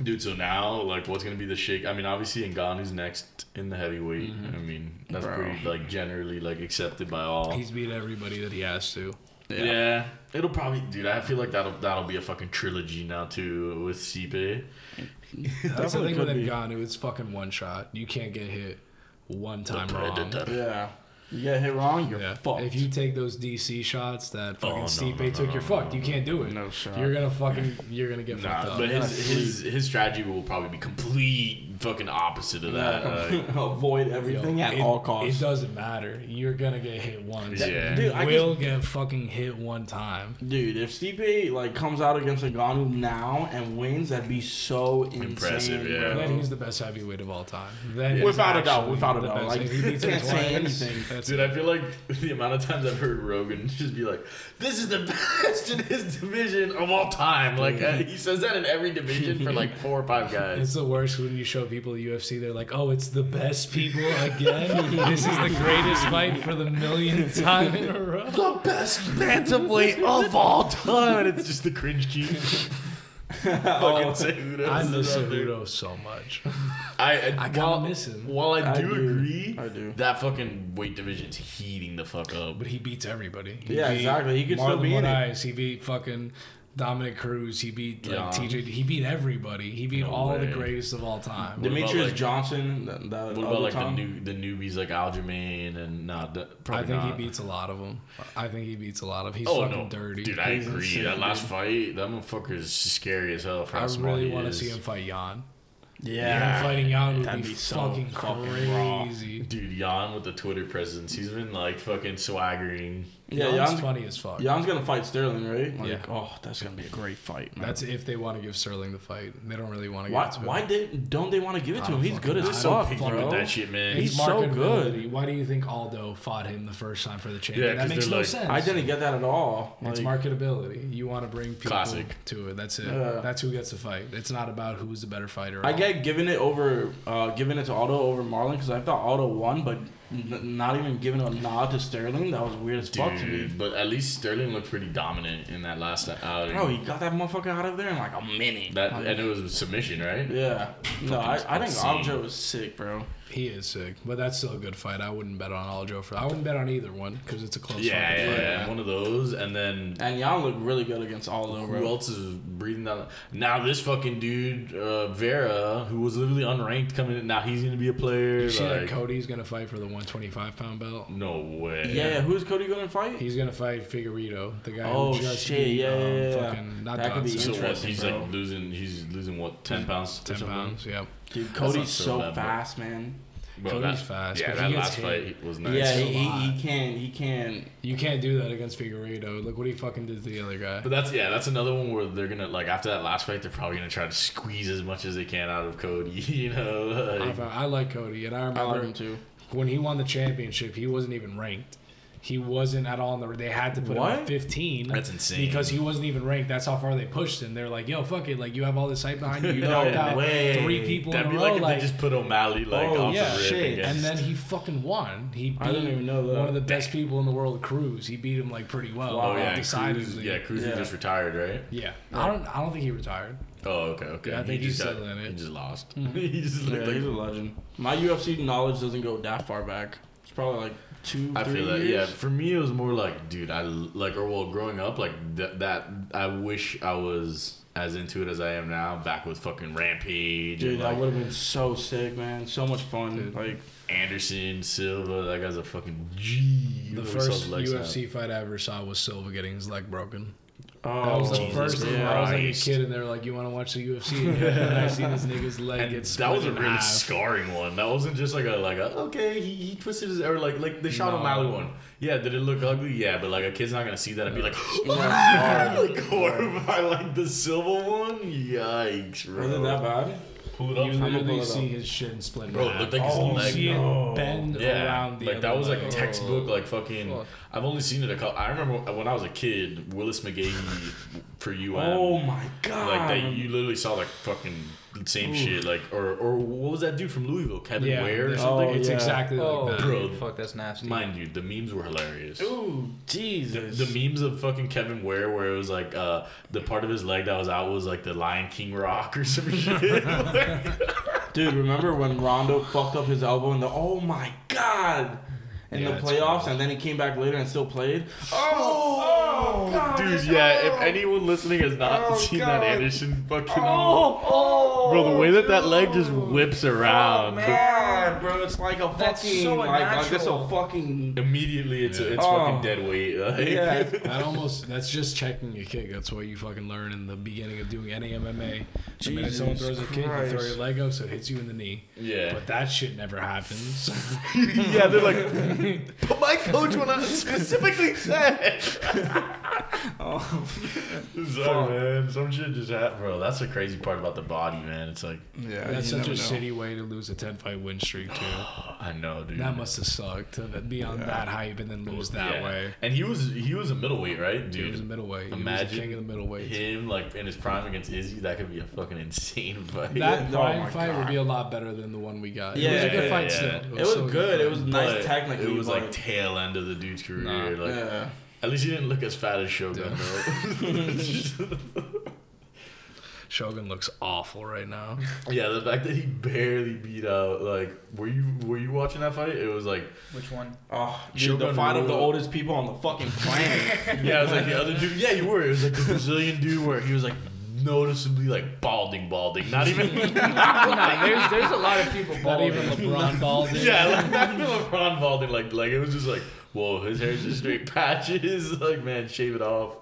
S2: Dude, so now like what's gonna be the shake? I mean, obviously Ngannou's next in the heavyweight. I mean, that's
S3: Bro.
S2: pretty like generally like accepted by all.
S4: He's beat everybody that he has to.
S2: Yeah. It'll probably, dude. I feel like that'll that'll be a fucking trilogy now too with Stipe.
S4: That's the
S3: Definitely
S4: thing with
S3: could be.
S4: Ngannou. It's fucking one shot. You can't get hit one time wrong.
S3: Yeah. You get hit wrong, you're
S4: Yeah.
S3: fucked. (laughs) Oh,
S4: If you take those DC shots that fucking
S2: no,
S4: Stipe
S2: no, no,
S4: took,
S2: no,
S4: you're
S2: no,
S4: fucked. you can't do it.
S3: No shot.
S4: You're gonna fucking. You're gonna get fucked
S2: Nah,
S4: up.
S2: but
S3: Yeah,
S2: his, his his strategy will probably be complete fucking opposite of that. Uh,
S3: Avoid
S4: Yo,
S3: everything at
S4: it-
S3: all
S4: It
S3: costs.
S4: doesn't matter. You're gonna get hit once.
S2: Yeah.
S4: You
S3: Dude, I
S4: will get fucking hit one time.
S3: Dude, if Stipe like comes out against Ngannou now and wins, that'd be so insane,
S2: Impressive, yeah.
S3: bro. (laughs)
S4: Then he's the best heavyweight of all time. Then he's
S3: Without a doubt,
S4: actually
S3: without a
S4: the
S3: doubt.
S4: best.
S3: Like,
S4: If he beats
S3: (laughs)
S4: him
S3: can't say
S4: twice,
S3: anything.
S4: that's
S2: dude,
S4: it.
S2: I feel like (laughs) the amount of times I've heard Rogan (laughs) just be like, "This is the (laughs) best in his division of all time." Like uh, he says that in every division for like four or five guys.
S4: It's the worst when you show people the UFC. They're like, "Oh, it's the best people again. this is the greatest fight for the millionth time in a row."
S2: the best (laughs) bantamweight of all time, and it's just the cringe (laughs) king. fucking (laughs) Cejudo.
S4: I miss Cejudo so much.
S2: I, I,
S4: kinda
S2: while,
S4: miss him.
S2: While I do,
S3: I do.
S2: agree,
S3: I do.
S2: that fucking weight division's heating the fuck up.
S4: But he beats everybody. He
S3: Yeah,
S4: beat
S3: exactly. He could still
S4: Marlon
S3: be in it.
S4: Moraes. He beat fucking Dominic Cruz. He beat like
S2: Yeah.
S4: TJ. He beat everybody. He beat
S2: No
S4: all the
S2: way.
S4: greatest of all time.
S2: about,
S3: Demetrius
S2: like-
S3: Johnson. That, that
S2: What
S3: other
S2: about like
S3: time?
S2: the new the newbies like Aljamain and not nah, that-
S4: I
S2: probably
S4: think
S2: not.
S4: he beats a lot of them. I think he beats a lot of. He's
S2: Oh
S4: fucking
S2: no,
S4: dirty.
S2: dude! I
S3: He's
S2: agree.
S3: insane,
S2: that last
S3: dude.
S2: fight, that motherfucker is scary as hell. For how
S4: I
S2: small
S4: really
S2: he
S4: want to
S2: is.
S4: see him fight Jan.
S3: Yeah.
S4: him fighting Jan would
S3: that'd
S4: be,
S3: be so
S4: fucking,
S3: fucking raw.
S4: crazy.
S2: Dude, Jan with the Twitter presence, he's been like fucking swaggering.
S3: Yeah,
S4: Jan's
S3: Jan's,
S4: funny as fuck.
S3: Jan's gonna fight Sterling, right? Like,
S4: Yeah.
S3: oh, that's gonna be a great fight, man.
S4: That's if they want to give Sterling the fight. They don't really want to.
S3: why.
S4: give it to
S3: Why
S4: Him.
S3: they, don't they want to give it to him? He's good as
S4: fucking- I'm
S2: So
S3: fuck,
S2: picky
S3: bro.
S2: with that shit, man.
S3: He's so good.
S4: marketability. Why do you think Aldo fought him the first time for the
S2: Yeah,
S4: champion?
S2: 'cause
S4: that makes
S2: they're
S4: no
S2: like-
S4: sense.
S3: I didn't get that at all.
S4: It's
S3: Like,
S4: marketability. You want to bring people
S2: Classic.
S4: to it. That's it.
S3: Yeah.
S4: That's who gets the fight. It's not about who's the better fighter. at
S3: I
S4: all.
S3: get giving it over, uh, giving it to Aldo over Marlon because I thought Aldo won, but n- not even giving a nod to Sterling. That was weird as fuck to me.
S2: Dude, but at least Sterling looked pretty dominant in that last outing.
S3: Bro, he got that motherfucker out of there in like a minute.
S2: that and it was a submission, right?
S3: yeah. No, I, I think
S2: insane.
S3: Aljo was sick, bro.
S4: He is sick, but that's still a good fight. I wouldn't bet on Aljo for. I wouldn't bet on either one because it's a close.
S2: Yeah,
S4: fucking
S2: yeah,
S4: fight.
S2: yeah. One of those, and then
S3: And Jan looked really good against Aldo,
S2: Who
S3: bro.
S2: else is breathing down? the- Now this fucking dude uh, Vera, who was literally unranked coming in, now he's gonna be a player.
S4: You see
S2: like-
S4: that Cody's gonna fight for the 125 pound belt.
S2: No way.
S3: Yeah, who's Cody going to fight?
S4: He's gonna fight Figueredo, the guy.
S3: Oh,
S4: who just
S3: shit,
S4: Beat,
S3: yeah,
S4: um,
S3: yeah, yeah.
S4: Fucking, not
S3: That could be
S4: Dodson,
S2: So what?
S3: Interesting,
S2: He's
S3: bro.
S2: like losing. He's losing what? Ten pounds. or
S4: 10
S2: something?
S4: pounds. Yep.
S3: Dude,
S2: not
S3: Cody's
S2: so
S3: so
S2: bad, bro.
S3: fast, man.
S2: Bro,
S4: Cody's
S2: that-
S4: fast,
S2: Yeah,
S4: but
S2: that
S4: he gets
S2: last
S4: hit.
S2: fight was nice.
S3: yeah, he,
S4: a
S3: he,
S4: lot.
S3: he can he can.
S4: You can't do that against Figueredo. Look what he fucking did to the other guy.
S2: But that's yeah, that's another one where they're gonna like after that last fight, they're probably gonna try to squeeze as much as they can out of Cody. (laughs) You know,
S4: I,
S2: like,
S4: fo- I like Cody, and I
S3: I
S4: remember
S3: love him too.
S4: when he won the championship, he wasn't even ranked. He wasn't at all in the. They had to put him
S3: What?
S4: at 15.
S2: That's insane.
S4: Because he wasn't even ranked. That's how far they pushed him. They're like, "Yo, fuck it! Like you have all this hype behind
S2: (laughs)
S4: you. You knocked out three people
S2: That'd
S4: in
S2: be
S4: a row.
S2: like if
S4: like,
S2: they just put O'Malley like
S3: Oh,
S2: off
S4: yeah,
S2: the rip
S3: shit.
S2: against-
S4: and then he fucking won. He beat
S3: I didn't even know that.
S4: one of the best people in the world, Cruz. He beat him like pretty well. uh,
S2: oh yeah, Cruz,
S4: decidedly.
S2: yeah, Cruz
S3: Yeah.
S2: just retired, right?
S4: Yeah. I don't. I don't think he retired.
S2: Oh, okay, okay.
S4: Yeah, I think
S2: he
S4: he's
S2: just got-
S4: still in it. Mm-hmm.
S2: He just lost. (laughs) he just
S3: Yeah,
S2: looked like.
S3: he's a legend. My UFC knowledge doesn't go that far back. It's probably like two,
S2: I
S3: three
S2: feel that. Yeah,
S3: years.
S2: for me it was more like, dude, I l- like, or well, growing up like that. That I wish I was as into it as I am now. Back with fucking Rampage
S3: Dude,
S2: and like
S3: that would have been so sick, man. So much fun. Like,
S2: Anderson Silva. That guy's a fucking G.
S4: The
S2: Look at his
S4: first
S2: legs now.
S4: UFC fight I ever saw was Silva getting his leg broken.
S3: oh,
S4: That was the
S2: Jesus
S4: first
S2: Christ.
S4: thing where I was like a
S2: Christ.
S4: kid, and they were like, "You want to watch the UFC?" and I see this
S2: (laughs)
S4: nigga's leg
S2: And
S4: get split
S2: that was a
S4: in
S2: really
S4: half.
S2: scarring one. That wasn't just like a like a okay he, he twisted his or like like the Sean
S4: No.
S2: O'Malley one. Yeah, did it look ugly? Yeah, but like a kid's not gonna see that and be like, (gasps) (laughs) like horrified. Like the silver one. Yikes, bro.
S3: was it that bad?
S2: Pull it
S4: You
S2: up. I'ma pull
S4: literally
S2: it
S4: see
S2: up.
S4: his shit and split. in
S2: Bro, it
S4: half.
S2: looked like his
S4: you
S2: leg-
S4: see
S3: no.
S4: it bend
S2: Yeah,
S4: around the
S2: like
S4: other
S2: that was like
S4: leg.
S2: textbook. Like fucking,
S5: Fuck.
S2: I've only seen it a couple. I remember when I was a kid, Willis McGahee for you.
S3: Oh my god.
S2: Like that, you literally saw like fucking same shit, like or or what was that dude from Louisville, Kevin
S4: yeah,
S2: Ware or
S4: there's-
S2: something?
S3: Oh,
S4: It's
S3: yeah.
S4: exactly
S2: (laughs)
S5: Oh,
S4: like that.
S2: Bro.
S5: fuck, that's nasty.
S2: Mind you, the memes were hilarious.
S3: Ooh, Jesus.
S2: The memes of fucking Kevin Ware, where it was like uh, the part of his leg that was out was like the Lion King rock or some (laughs) shit.
S3: Dude, remember when Rondo fucked up his elbow in the oh my god in
S4: Yeah,
S3: the
S4: it's
S3: playoffs and then he came back later and still played? Oh, oh, god.
S2: Dude, yeah. If anyone listening has not
S3: Oh,
S2: seen that
S3: God.
S2: Anderson fucking,
S3: Oh, oh,
S2: bro, the way that Um, that
S3: dude.
S2: leg just whips around.
S3: Man, bro, it's like a
S5: That's
S3: fucking
S5: so
S3: like, like it's a
S5: unnatural.
S3: fucking
S2: Immediately, it's it's
S3: Oh.
S2: fucking dead weight. Like, (laughs)
S3: yeah.
S4: That almost that's just checking a kick. That's what you fucking learn in the beginning of doing any MMA. The minute someone
S3: Jesus
S4: throws a kick, you throw
S3: Christ.
S4: your leg up, so it hits you in the knee.
S2: yeah.
S4: But that shit never happens.
S2: (laughs) yeah, they're like, (laughs) but my coach when
S4: (laughs)
S2: I specifically said.
S4: Oh,
S2: Sorry, man. Some shit just happened, bro. That's the crazy part about the body, man. It's like, (sighs)
S3: Yeah,
S4: That's such a
S3: shitty.
S4: shitty way to lose a ten fight win streak too.
S2: I know, dude.
S4: (sighs) That must have sucked to be on that hype and then lose that
S2: Yeah.
S4: way.
S2: And he was he was a middleweight, right,
S4: He was a
S2: dude?
S4: middleweight. he was
S2: imagine
S4: the king of the middleweight.
S2: Him like in his prime against Izzy, that could be a fucking (laughs) insane fight.
S4: That
S3: Oh
S4: prime
S3: my
S4: fight would
S3: God.
S4: be a lot better than the one we got. it
S3: Yeah,
S4: was a good
S2: yeah,
S4: fight
S2: yeah.
S4: still.
S3: It was
S4: still a
S3: good. It
S4: fight.
S3: was nice
S2: But
S3: technically.
S2: It was
S3: but-
S2: like tail end of the dude's career.
S4: Nah.
S2: like
S3: yeah.
S2: at least he didn't look as fat as Shogun
S4: Yeah.
S2: though.
S4: Shogun looks awful right now.
S2: (laughs) Yeah, the fact that he barely beat out like were you were you watching that fight? It was like
S5: Which one?
S3: Oh, dude,
S4: Shogun
S3: the fight of the
S4: Rua.
S3: oldest people on the fucking
S2: (laughs)
S3: planet.
S2: yeah, it was like the other dude. Yeah, you were. It was like the Brazilian dude where he was like noticeably like balding, balding. Not even
S5: Well, nah, there's there's a lot of people.
S4: Not
S5: balding.
S4: even LeBron Balls.
S2: yeah, like not even LeBron balding. Like like it was just like whoa, his hair's just straight (laughs) patches. Like man, shave it off.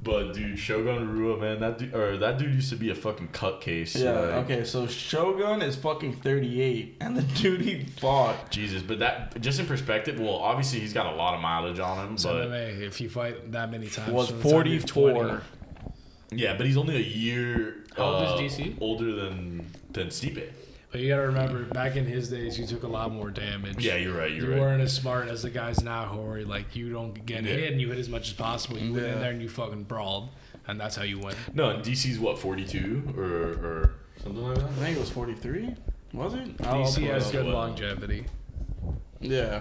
S2: But dude, Shogun Rua, man, that dude or that dude used to be a fucking cut case.
S3: yeah.
S2: like,
S3: Okay, so Shogun is fucking 38, and the dude he fought.
S2: Jesus, but that just in perspective. Well, obviously he's got a lot of mileage on him, but
S4: MMA, if you fight that many times,
S3: Was
S4: from the time you're 20,
S3: 44.
S2: Yeah, but he's only a year
S5: How old is
S2: uh,
S5: DC?
S2: older than than Stipe.
S4: But you gotta remember, back in his days, you took a lot more damage.
S2: Yeah, you're right. You're
S4: you
S2: right.
S4: weren't as smart as the guys now who are like, you don't get
S2: Yeah.
S4: hit and you hit as much as possible. You went in
S3: Yeah.
S4: there and you fucking brawled, and that's how you win.
S2: No, and DC's what 42 or or something like that.
S3: I think it was 43. Was it? I'll
S4: DC
S3: pull it
S4: has
S3: up.
S4: good
S2: well.
S4: longevity.
S3: Yeah.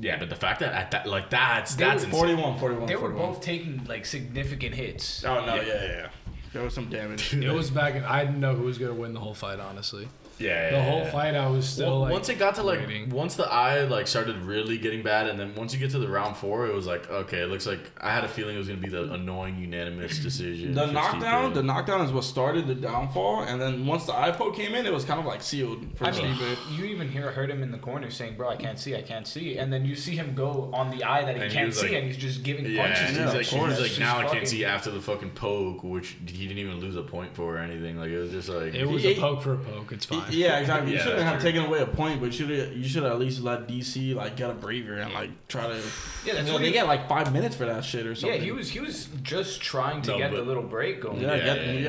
S2: Yeah, but the fact that at that like that's
S5: They
S2: that's
S5: were
S2: insane.
S3: 41, 41.
S5: They were
S3: 41.
S5: both taking like significant hits.
S3: Oh no,
S2: Yeah.
S3: yeah, yeah. yeah. There was some (laughs) damage.
S4: It was back, in, I didn't know who was gonna win the whole fight, honestly.
S2: Yeah, yeah,
S4: The whole
S2: yeah.
S4: fight, I was still
S2: Well,
S4: like,
S2: once it got to like
S4: waiting.
S2: once the eye like started really getting bad, and then once you get to the round four, it was like okay, it looks like I had a feeling it was gonna be the annoying (clears throat) unanimous decision.
S3: The
S2: for
S3: knockdown,
S2: Stipe.
S3: the knockdown is what started the downfall, and then once the eye poke came in, it was kind of like sealed for
S5: I mean,
S3: Stipe.
S5: you even hear heard him in the corner saying, "Bro, I can't see, I can't see," and then you see him go on the eye that he
S2: And he
S5: can't
S2: was
S5: see,
S2: like-
S5: and he's just giving
S2: Yeah,
S5: punches.
S2: he's
S3: yeah, of
S2: like, he's
S3: course.
S2: like
S5: She's
S2: now I
S5: fucking-
S2: can't see after the fucking poke, which he didn't even lose a point for or anything. Like it was just like
S4: it was
S3: He-
S4: a poke for a poke. It's fine.
S3: Yeah, exactly.
S5: (laughs)
S3: You
S2: Yeah,
S3: shouldn't have
S2: true.
S3: taken away a point, but you should you should at least let DC like get a breather and like try to.
S5: Yeah, that's
S3: You know,
S5: what
S3: they
S5: he-
S3: get like five minutes for that shit or
S5: Yeah,
S3: something.
S5: he was he was just trying to
S2: No,
S5: get the
S2: but-
S5: little break going.
S3: Yeah,
S2: Yeah,
S3: get-
S2: yeah, yeah.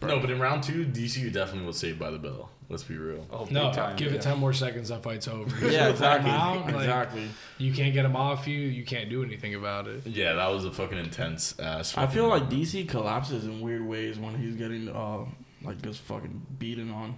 S3: yeah.
S2: No, but in round two, DCU definitely was saved by the bell. Let's be real.
S5: Oh, big
S4: No,
S5: time,
S4: give
S5: yeah.
S4: it 10 more seconds, that fight's over.
S3: Yeah, (laughs) exactly.
S4: Now, like,
S3: exactly.
S4: You can't get him off you. You can't do anything about it.
S2: Yeah, that was a fucking intense ass.
S3: I feel
S2: fucking-
S3: like DC collapses in weird ways when he's getting uh like just fucking
S2: (laughs)
S3: beaten on.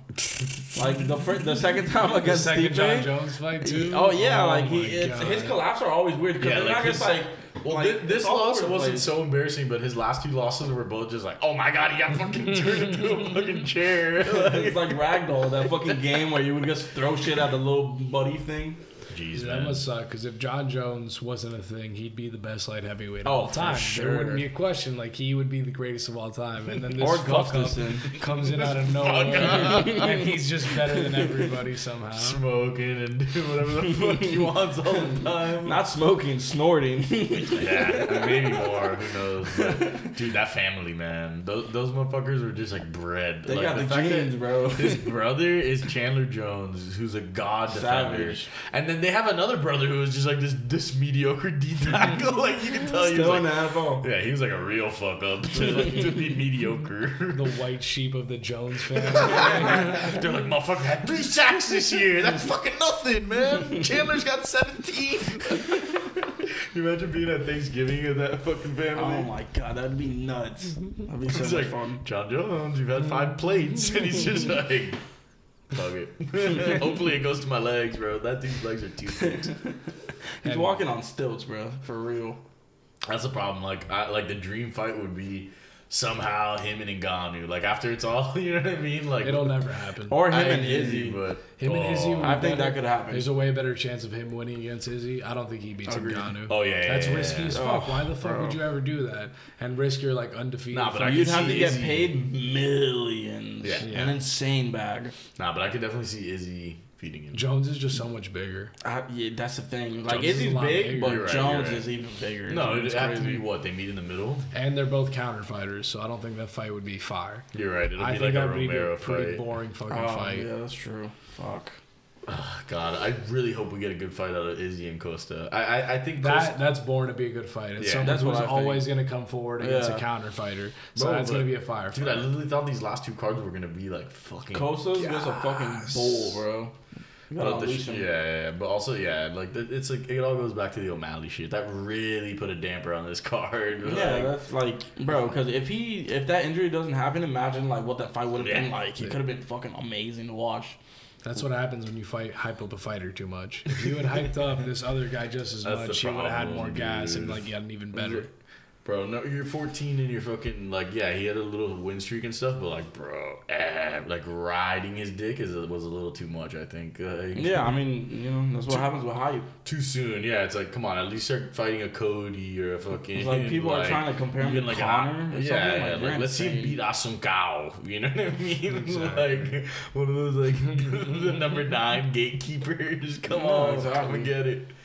S3: like the first, the second time
S4: The
S3: against
S4: second
S3: Stipe,
S4: John Jones fight too.
S3: Oh yeah, like he,
S4: my
S3: it's,
S4: God.
S3: his collapse are always weird because
S2: Yeah,
S3: they're
S2: like
S3: not
S2: his-
S3: just like.
S2: Well,
S3: like,
S2: thi- this
S3: it's all
S2: loss
S3: over the
S2: wasn't
S3: place.
S2: so embarrassing, but his last two losses were both just like, oh my god, he got (laughs) fucking turned into a fucking chair. (laughs)
S3: (laughs) it's like ragdoll, that fucking game where you would just throw shit at the little buddy thing.
S2: Jeez,
S4: That
S2: man.
S4: must suck because uh, if John Jones wasn't a thing, he'd be the best light heavyweight of
S3: Oh,
S4: all
S3: for
S4: time. There
S3: sure.
S4: wouldn't be a question. Like he would be the greatest of all time. And then this
S3: Or
S4: fuck
S3: (laughs)
S4: up
S3: Gustafson.
S4: comes in out of nowhere, and he's just better than everybody somehow.
S2: Smoking and (laughs) doing whatever the (laughs) fuck he wants all the time.
S3: (laughs) Not smoking, snorting. (laughs)
S2: yeah, maybe more. Who knows? (laughs) But, dude, that family, man. Those, those motherfuckers were just like bread.
S3: they
S2: like,
S3: got the,
S2: fact that- (laughs)
S3: genes, bro.
S2: His brother is Chandler Jones, who's a god defender.
S3: Savage.
S2: And then they have another brother who is just like this this mediocre D tackle. (laughs) like you can tell, he was
S3: Still in the
S2: like,
S3: NFL.
S2: yeah, he was like a real fuck up (laughs) to, to be mediocre. (laughs)
S4: The white sheep of the Jones family.
S2: They're like, motherfucker had three sacks this year. That's fucking nothing, man. Chandler's got
S3: (laughs)
S2: seventeen. you imagine being at Thanksgiving of that fucking family.
S3: Oh my god, that'd be nuts. That'd be so
S2: It's
S3: much
S2: like,
S3: fun.
S2: John Jones, you've had five plates. And he's
S4: (laughs)
S2: just like, fuck it. Hopefully it goes to my legs, bro. That dude's legs are too thick.
S3: He's
S4: And-
S3: walking on stilts, bro. For real.
S2: That's the problem. Like, I, like the dream fight would be somehow him and Ngannou. Like, after it's all, (laughs) you know what I mean? Like,
S4: (laughs) It'll never happen.
S3: Or him
S2: I
S3: and
S2: hate
S3: Izzy.
S2: but
S4: Him and Izzy.
S2: Oh.
S4: would be
S3: Oh, I think
S4: better.
S3: that could happen.
S4: There's a way better chance of him winning against Izzy. I don't think he beats
S3: Agreed.
S4: Ngannou.
S2: Oh, yeah, yeah,
S4: that's
S2: yeah,
S4: risky
S2: yeah.
S4: as fuck.
S3: Oh,
S4: Why the fuck
S3: bro.
S4: would you ever do that and risk your like undefeated?
S2: Nah, but I
S4: fight?
S3: You'd
S2: can
S3: have to
S2: see
S3: get
S2: Izzy.
S3: paid millions.
S2: Yeah.
S3: An insane bag.
S2: Nah, but I could definitely see Izzy feeding him.
S4: Jones is just so much bigger.
S3: I, yeah, that's the thing. Like
S4: Jones is a
S3: Izzy's
S4: lot
S3: big,
S4: bigger.
S3: but
S2: You're right, you're
S3: Jones
S2: right.
S3: is even bigger.
S2: No, it'd
S3: It's
S2: have to be
S3: crazy.
S2: what? They meet in the middle?
S4: And they're both counter fighters, so I don't think that fight would be fire.
S2: You're right. It'll
S4: I
S2: be
S4: think
S2: like a
S4: that would be
S2: Romero
S4: a pretty
S2: fight.
S4: boring fucking
S3: Oh,
S4: fight.
S3: yeah, that's true. Fuck.
S2: God, I really hope we get a good fight out of Izzy and Costa. I, I, I think Costa,
S4: That that's born to be a good fight. It's
S2: Yeah,
S4: someone
S3: that's what
S4: who's
S3: I think.
S4: always gonna come forward against
S3: Yeah.
S4: a counter fighter. So
S2: Bro,
S4: that's
S2: but-
S4: gonna be a fire
S2: Dude, I
S4: fight.
S2: literally thought these last two cards were gonna be like fucking.
S3: Costa's just a fucking bull, bro. You gotta
S2: but the
S3: unleash
S2: sh- yeah,
S3: him.
S2: yeah, yeah, but also yeah, like the, it's like it all goes back to the O'Malley shit that really put a damper on this (laughs) card. Like,
S3: Yeah, that's like, bro. Because if he, if that injury doesn't happen, imagine like what that fight would have been
S2: Yeah.
S3: like. It could have been fucking amazing to watch.
S4: That's what happens when you fight hype up a fighter too much. If you had hyped up this other guy just as
S2: That's the
S4: much, he would have had
S2: problem,
S4: more gas and
S2: dude.
S4: like gotten even better.
S2: Bro, no, you're 14 and you're fucking like, yeah, he had a little win streak and stuff, but like, bro, eh, like riding his dick is was a little too much, I think. Like,
S3: Yeah, (laughs) I mean, you know, that's what happens with hype.
S2: Too soon, yeah. It's like, come on, at least start fighting a Cody or a fucking.
S3: It's like people are trying to compare him
S2: even
S3: to
S2: like
S3: Connor
S2: an-
S3: or something.
S2: yeah, yeah,
S3: Like,
S2: like,
S3: you're
S2: let's see him
S3: insane.
S2: beat Awesome Cow. (laughs) You know what I mean?
S4: Exactly.
S2: Like one of those like (laughs) the number nine gatekeepers. Come
S3: No,
S2: on, come
S3: exactly.
S2: and get it. (laughs)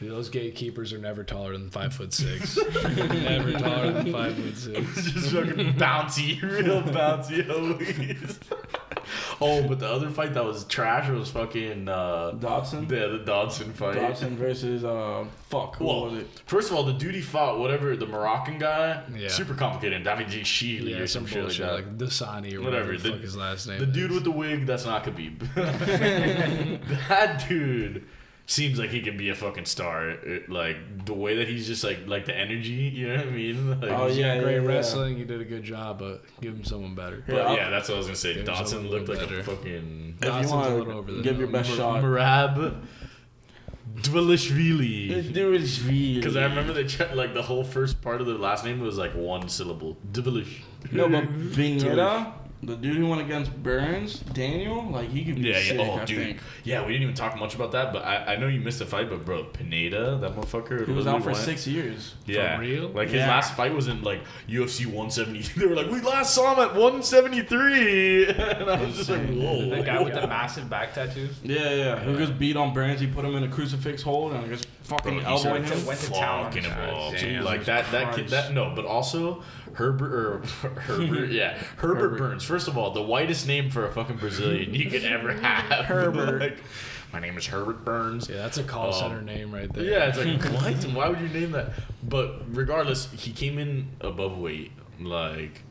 S4: Those gatekeepers are never taller than five
S2: (laughs)
S4: foot six. never taller than five foot six.
S2: just fucking bouncy, (laughs) real bouncy (laughs) always. oh, but the other fight that was trash was fucking uh,
S3: Dodson.
S2: the the Dodson fight.
S3: Dodson versus uh, fuck. Who
S2: Well,
S3: was it?
S2: first of all, the dude he fought, whatever the Moroccan guy,
S4: Yeah.
S2: super complicated. David G. Sheely
S4: Yeah,
S2: or some,
S4: some
S2: shit
S4: bullshit
S2: like that.
S4: like Dasani or
S2: Whatever,
S4: whatever, the,
S2: the-
S4: fuck his last name.
S2: the dude
S4: is.
S2: with the wig, that's not Khabib. (laughs)
S4: (laughs)
S2: that dude seems like he could be a fucking star. It- like the way that he's just like like the energy, you know what I mean? (laughs) Like,
S3: Oh, yeah,
S4: great
S3: yeah, yeah.
S4: wrestling. He did a good job, but give him someone better.
S2: But
S3: Yeah.
S2: yeah, that's what I was gonna say.
S4: Give him
S2: Dodson
S4: something a
S2: looked like
S4: little
S2: a
S4: better.
S2: fucking
S3: If
S4: Dodson's
S3: you
S4: a little
S3: want
S4: over
S3: to
S4: the
S3: give your
S4: hill.
S3: best shot,
S2: Marab Dvalishvili.
S3: (laughs)
S2: Because
S3: because
S2: I remember they checked, like the whole first part of the last name was like one syllable. Dvalish. (laughs)
S3: No, but Vineta, the dude who went against Burns, Daniel, like he could be
S2: Yeah,
S3: sick.
S2: yeah. Oh,
S3: I
S2: dude.
S3: think
S2: Yeah, we didn't even talk much about that, but I, I know you missed the fight, but bro, Pineda, that motherfucker.
S3: he was
S2: literally
S3: out for
S2: won it. (laughs)
S3: six years.
S2: Yeah.
S4: For real?
S2: Like his
S3: Yeah.
S2: last fight was in like UFC 173. (laughs) They were like, we last saw him at 173. (laughs) and I was just like, whoa.
S5: The guy with the massive back tattoo.
S3: Yeah, yeah. Who gets beat on Burns? He put him in a crucifix hold and just fucking
S2: Bro, he's
S3: elbowing
S2: like
S3: him.
S5: went to town on
S2: fucking
S5: that.
S2: involved.
S5: Damn.
S2: Like that, that kid,
S3: Christ.
S2: that no, but also Herbert or (laughs) Herbert,
S3: (laughs)
S2: yeah, Herbert,
S3: Herbert.
S2: Burns. First of all, the whitest name for a fucking Brazilian you could
S5: (laughs)
S2: ever have. (laughs)
S3: Herbert.
S2: Like, my name is Herbert Burns.
S4: Yeah, that's a call
S2: Um,
S4: center name right there.
S2: Yeah, it's
S3: (laughs)
S2: like what? Why would you name that? But regardless, he came in above weight. Like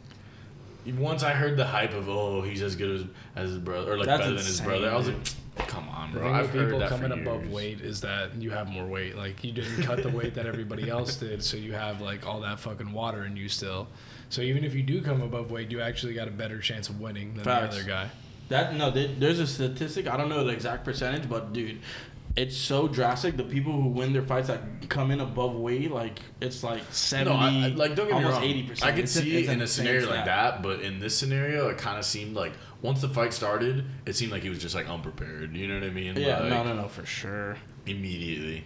S2: once I heard the hype of oh he's as good as, as his brother or like
S3: That's
S2: better
S3: insane,
S2: than his brother, I was
S3: dude.
S2: like, come on,
S4: The
S2: bro.
S4: thing
S2: I've
S4: with
S2: heard
S4: people
S2: that for
S4: coming above
S2: years."
S4: weight is that you have more weight. Like you didn't cut the weight that
S2: (laughs)
S4: everybody else did, so you have like all that fucking water in you still. So even if you do come above weight, you actually got a better chance of winning than
S3: Facts.
S4: the other guy.
S3: That no, there- there's a statistic. I don't know the exact percentage, but dude, it's so drastic. The people who win their fights that come in above weight, like it's like seventy,
S2: No, I, I- like don't get me
S3: almost
S2: wrong.
S3: eighty percent.
S2: I could see in a scenario like that, but in this scenario, it kind of seemed like once the fight started, it seemed like he was just like unprepared. You know what I mean?
S3: Yeah,
S2: like,
S3: no, no, no, for sure.
S2: Immediately.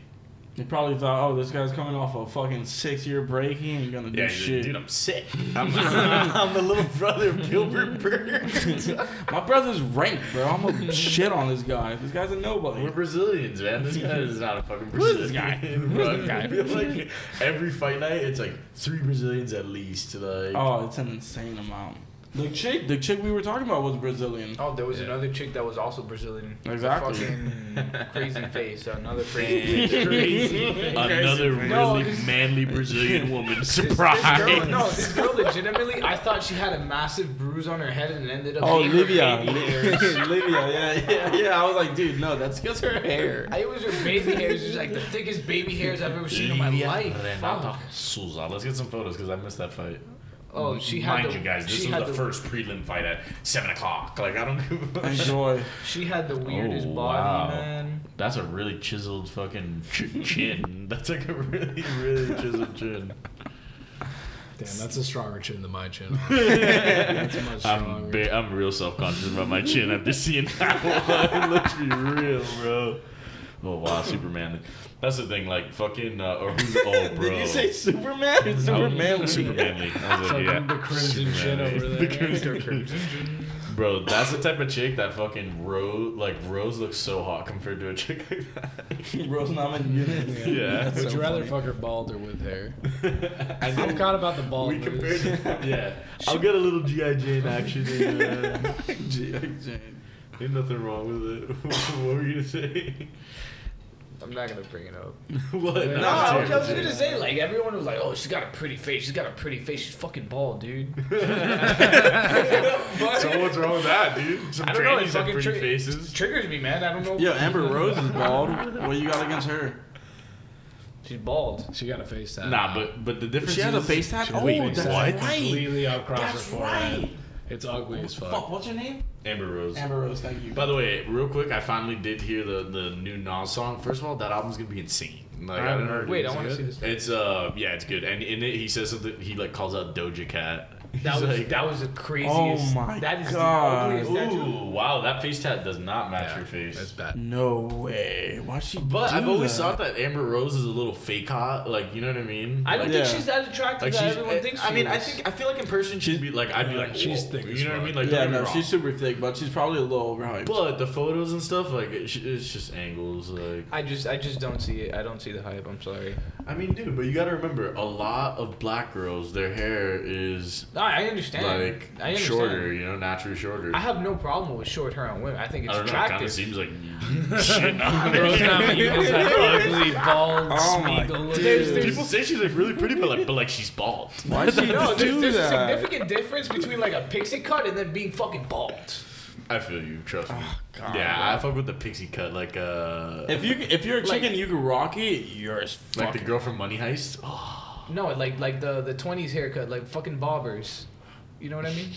S3: They probably thought, oh, this guy's coming off a fucking six-year break. He ain't gonna do
S2: Yeah, he's like,
S3: shit.
S2: dude, I'm
S3: (laughs)
S2: sick. I'm, (laughs) I'm the little brother of Gilbert
S3: (laughs)
S2: Burns. (laughs)
S3: My brother's ranked, bro. I'm gonna shit on this guy. This guy's a nobody.
S2: We're Brazilians, man. This guy is not a fucking Brazilian.
S3: this guy?
S2: Bro, (laughs) I feel like every fight night, it's like three Brazilians at least. Like,
S3: Oh, it's an insane amount. The chick, the chick we were talking about was Brazilian.
S5: Oh, there was
S2: Yeah.
S5: another chick that was also Brazilian.
S3: Exactly.
S5: (laughs) Fucking crazy face. (laughs) Another crazy. face.
S2: crazy. Another really
S5: No, this-
S2: manly Brazilian woman.
S5: This
S2: Surprise.
S5: girl, no, this girl legitimately, I thought she had a massive bruise on her head and it ended up.
S3: Oh,
S5: being her
S3: Livia.
S5: baby
S3: (laughs)
S5: hair.
S3: Livia, yeah, yeah, yeah. I was like, dude, no, that's because her hair.
S5: I was her baby hairs. She's like the thickest baby hairs I've ever seen in my
S2: Livia
S5: life.
S2: Renata
S5: Fuck.
S2: Souza. Let's get some photos because I missed that fight.
S5: Oh, she had
S2: Mind
S5: the,
S2: you guys, this
S5: she
S2: was
S5: had
S2: the, first prelim fight at seven o'clock. Like I don't give a
S3: Enjoy.
S5: She had the weirdest
S2: Oh,
S5: body,
S2: wow.
S5: man.
S2: That's a really chiseled fucking ch- chin. (laughs) That's like a really, really chiseled chin.
S4: Damn, that's a stronger chin than
S2: (laughs)
S4: my chin. (laughs) honestly. that's much
S2: I'm,
S4: stronger.
S2: ba- I'm real self conscious about my chin after seeing
S3: (laughs)
S2: that one. Let's be real, bro. Oh wow, Superman. That's the thing, like fucking. Uh, or who's oh, bro?
S3: (laughs) Did you say Superman? It's Superman. (laughs)
S2: Supermanly. Supermanly. I was like,
S4: Fucking
S2: yeah.
S4: the crimson chin
S2: Supermanly. (laughs)
S4: over
S2: The
S4: there.
S2: crimson
S4: (laughs)
S2: Bro, that's the type of chick that fucking Rose, like Rose looks so hot compared to a chick like that.
S3: Rose Naman Yunus.
S2: Yeah.
S3: That's
S4: Would
S3: so
S4: you rather
S3: funny.
S4: fuck her bald or
S2: (laughs)
S4: with hair? I forgot about the
S3: (laughs)
S4: bald.
S2: we
S4: news.
S2: compared. yeah, I'll get a little GI Jane action. In, uh,
S3: (laughs) G- Jane.
S2: ain't nothing wrong with it. (laughs) what were you gonna say?
S5: I'm not gonna bring it up.
S2: what?
S5: No,
S4: No,
S5: I
S4: I'm
S5: was, I
S4: serious.
S5: was gonna say like everyone was like, "Oh, she's got a pretty face. She's got a pretty face. She's fucking bald,
S2: (laughs)
S5: dude." (laughs)
S2: So what's wrong with that, dude? Some
S5: I don't know.
S2: trannies
S5: It
S2: have
S5: fucking
S2: pretty
S5: tri-
S2: faces.
S5: triggers me, man. I don't know.
S3: Yo, Amber Rose is bald. What you got against her?
S5: She's bald.
S4: She got a face tat.
S2: Nah, but but the difference.
S3: She has a
S2: is-
S3: face tat.
S4: She
S3: Oh,
S4: has a face
S3: that's
S4: tat.
S3: right.
S4: completely up across her
S3: That's
S4: forehead.
S3: right.
S4: It's ugly as
S3: Fuck,
S4: fuck.
S3: what's her name?
S2: Amber Rose.
S3: Amber Rose. Thank you.
S2: By the way, real quick, I finally did hear the the new Nas song. First of all, that album's gonna be insane. Like,
S4: I haven't heard. it.
S5: Wait,
S4: Is
S5: I
S4: it
S5: want to
S4: good?
S5: see this.
S2: It's uh yeah, it's good. And in it he says something he like calls out Doja Cat.
S5: That
S2: He's
S5: was
S2: like, oh
S5: that was the craziest.
S3: my
S5: that is
S3: God.
S5: the ugliest tattoo.
S2: Ooh, wow, that face tat does not match your face.
S4: That's bad.
S3: No way. Why she?
S2: But
S3: do
S2: I've always
S3: that?
S2: thought that Amber Rose is a little fake hot, like you know what I mean.
S5: I don't
S2: Like,
S5: think
S3: Yeah.
S5: she's that attractive
S2: like
S5: that
S2: she's. eh,
S5: everyone thinks.
S2: I
S5: she
S2: mean, I
S5: is.
S2: think I feel like in person she'd be like, I'd be
S4: Yeah,
S2: like,
S4: she's
S2: Whoa.
S4: thick as
S2: You know what I
S4: fuck.
S2: mean? Like,
S3: yeah,
S2: don't get me
S3: no,
S2: wrong.
S3: she's super thick, but she's probably a little overhyped.
S2: But the photos and stuff, like it, it's just angles. Like
S5: I just I just don't see it. I don't see the hype. I'm sorry.
S2: I mean, dude, but you gotta remember, a lot of black girls, their hair is
S5: No, I understand.
S2: like
S5: I understand.
S2: shorter, you know, naturally shorter.
S5: I have no problem with short hair on women. I
S2: I
S5: think it's
S2: don't know, it kind of
S5: attractive.
S2: seems
S5: (laughs)
S2: like shit. on (laughs)
S4: Bro,
S2: it.
S4: now he is that ugly, bald,
S3: Oh my
S4: Spiegel.
S3: There's-
S4: looking-
S2: People say she's like really pretty, but like, but like she's bald.
S3: why (laughs) she
S5: no, there's,
S3: do
S5: there's a
S3: that?
S5: significant difference between like a pixie cut and then being fucking bald.
S2: I feel you, trust me.
S5: Oh,
S3: God,
S2: yeah,
S3: bro.
S2: I fuck with the pixie cut, like uh,
S3: If you if you're a
S5: Like-
S3: chicken, you can rock it. You're as
S2: like the
S3: fucking.
S2: girl from Money Heist. Oh,
S5: No, like like the the 20s haircut, like fucking bobbers. You know what I mean?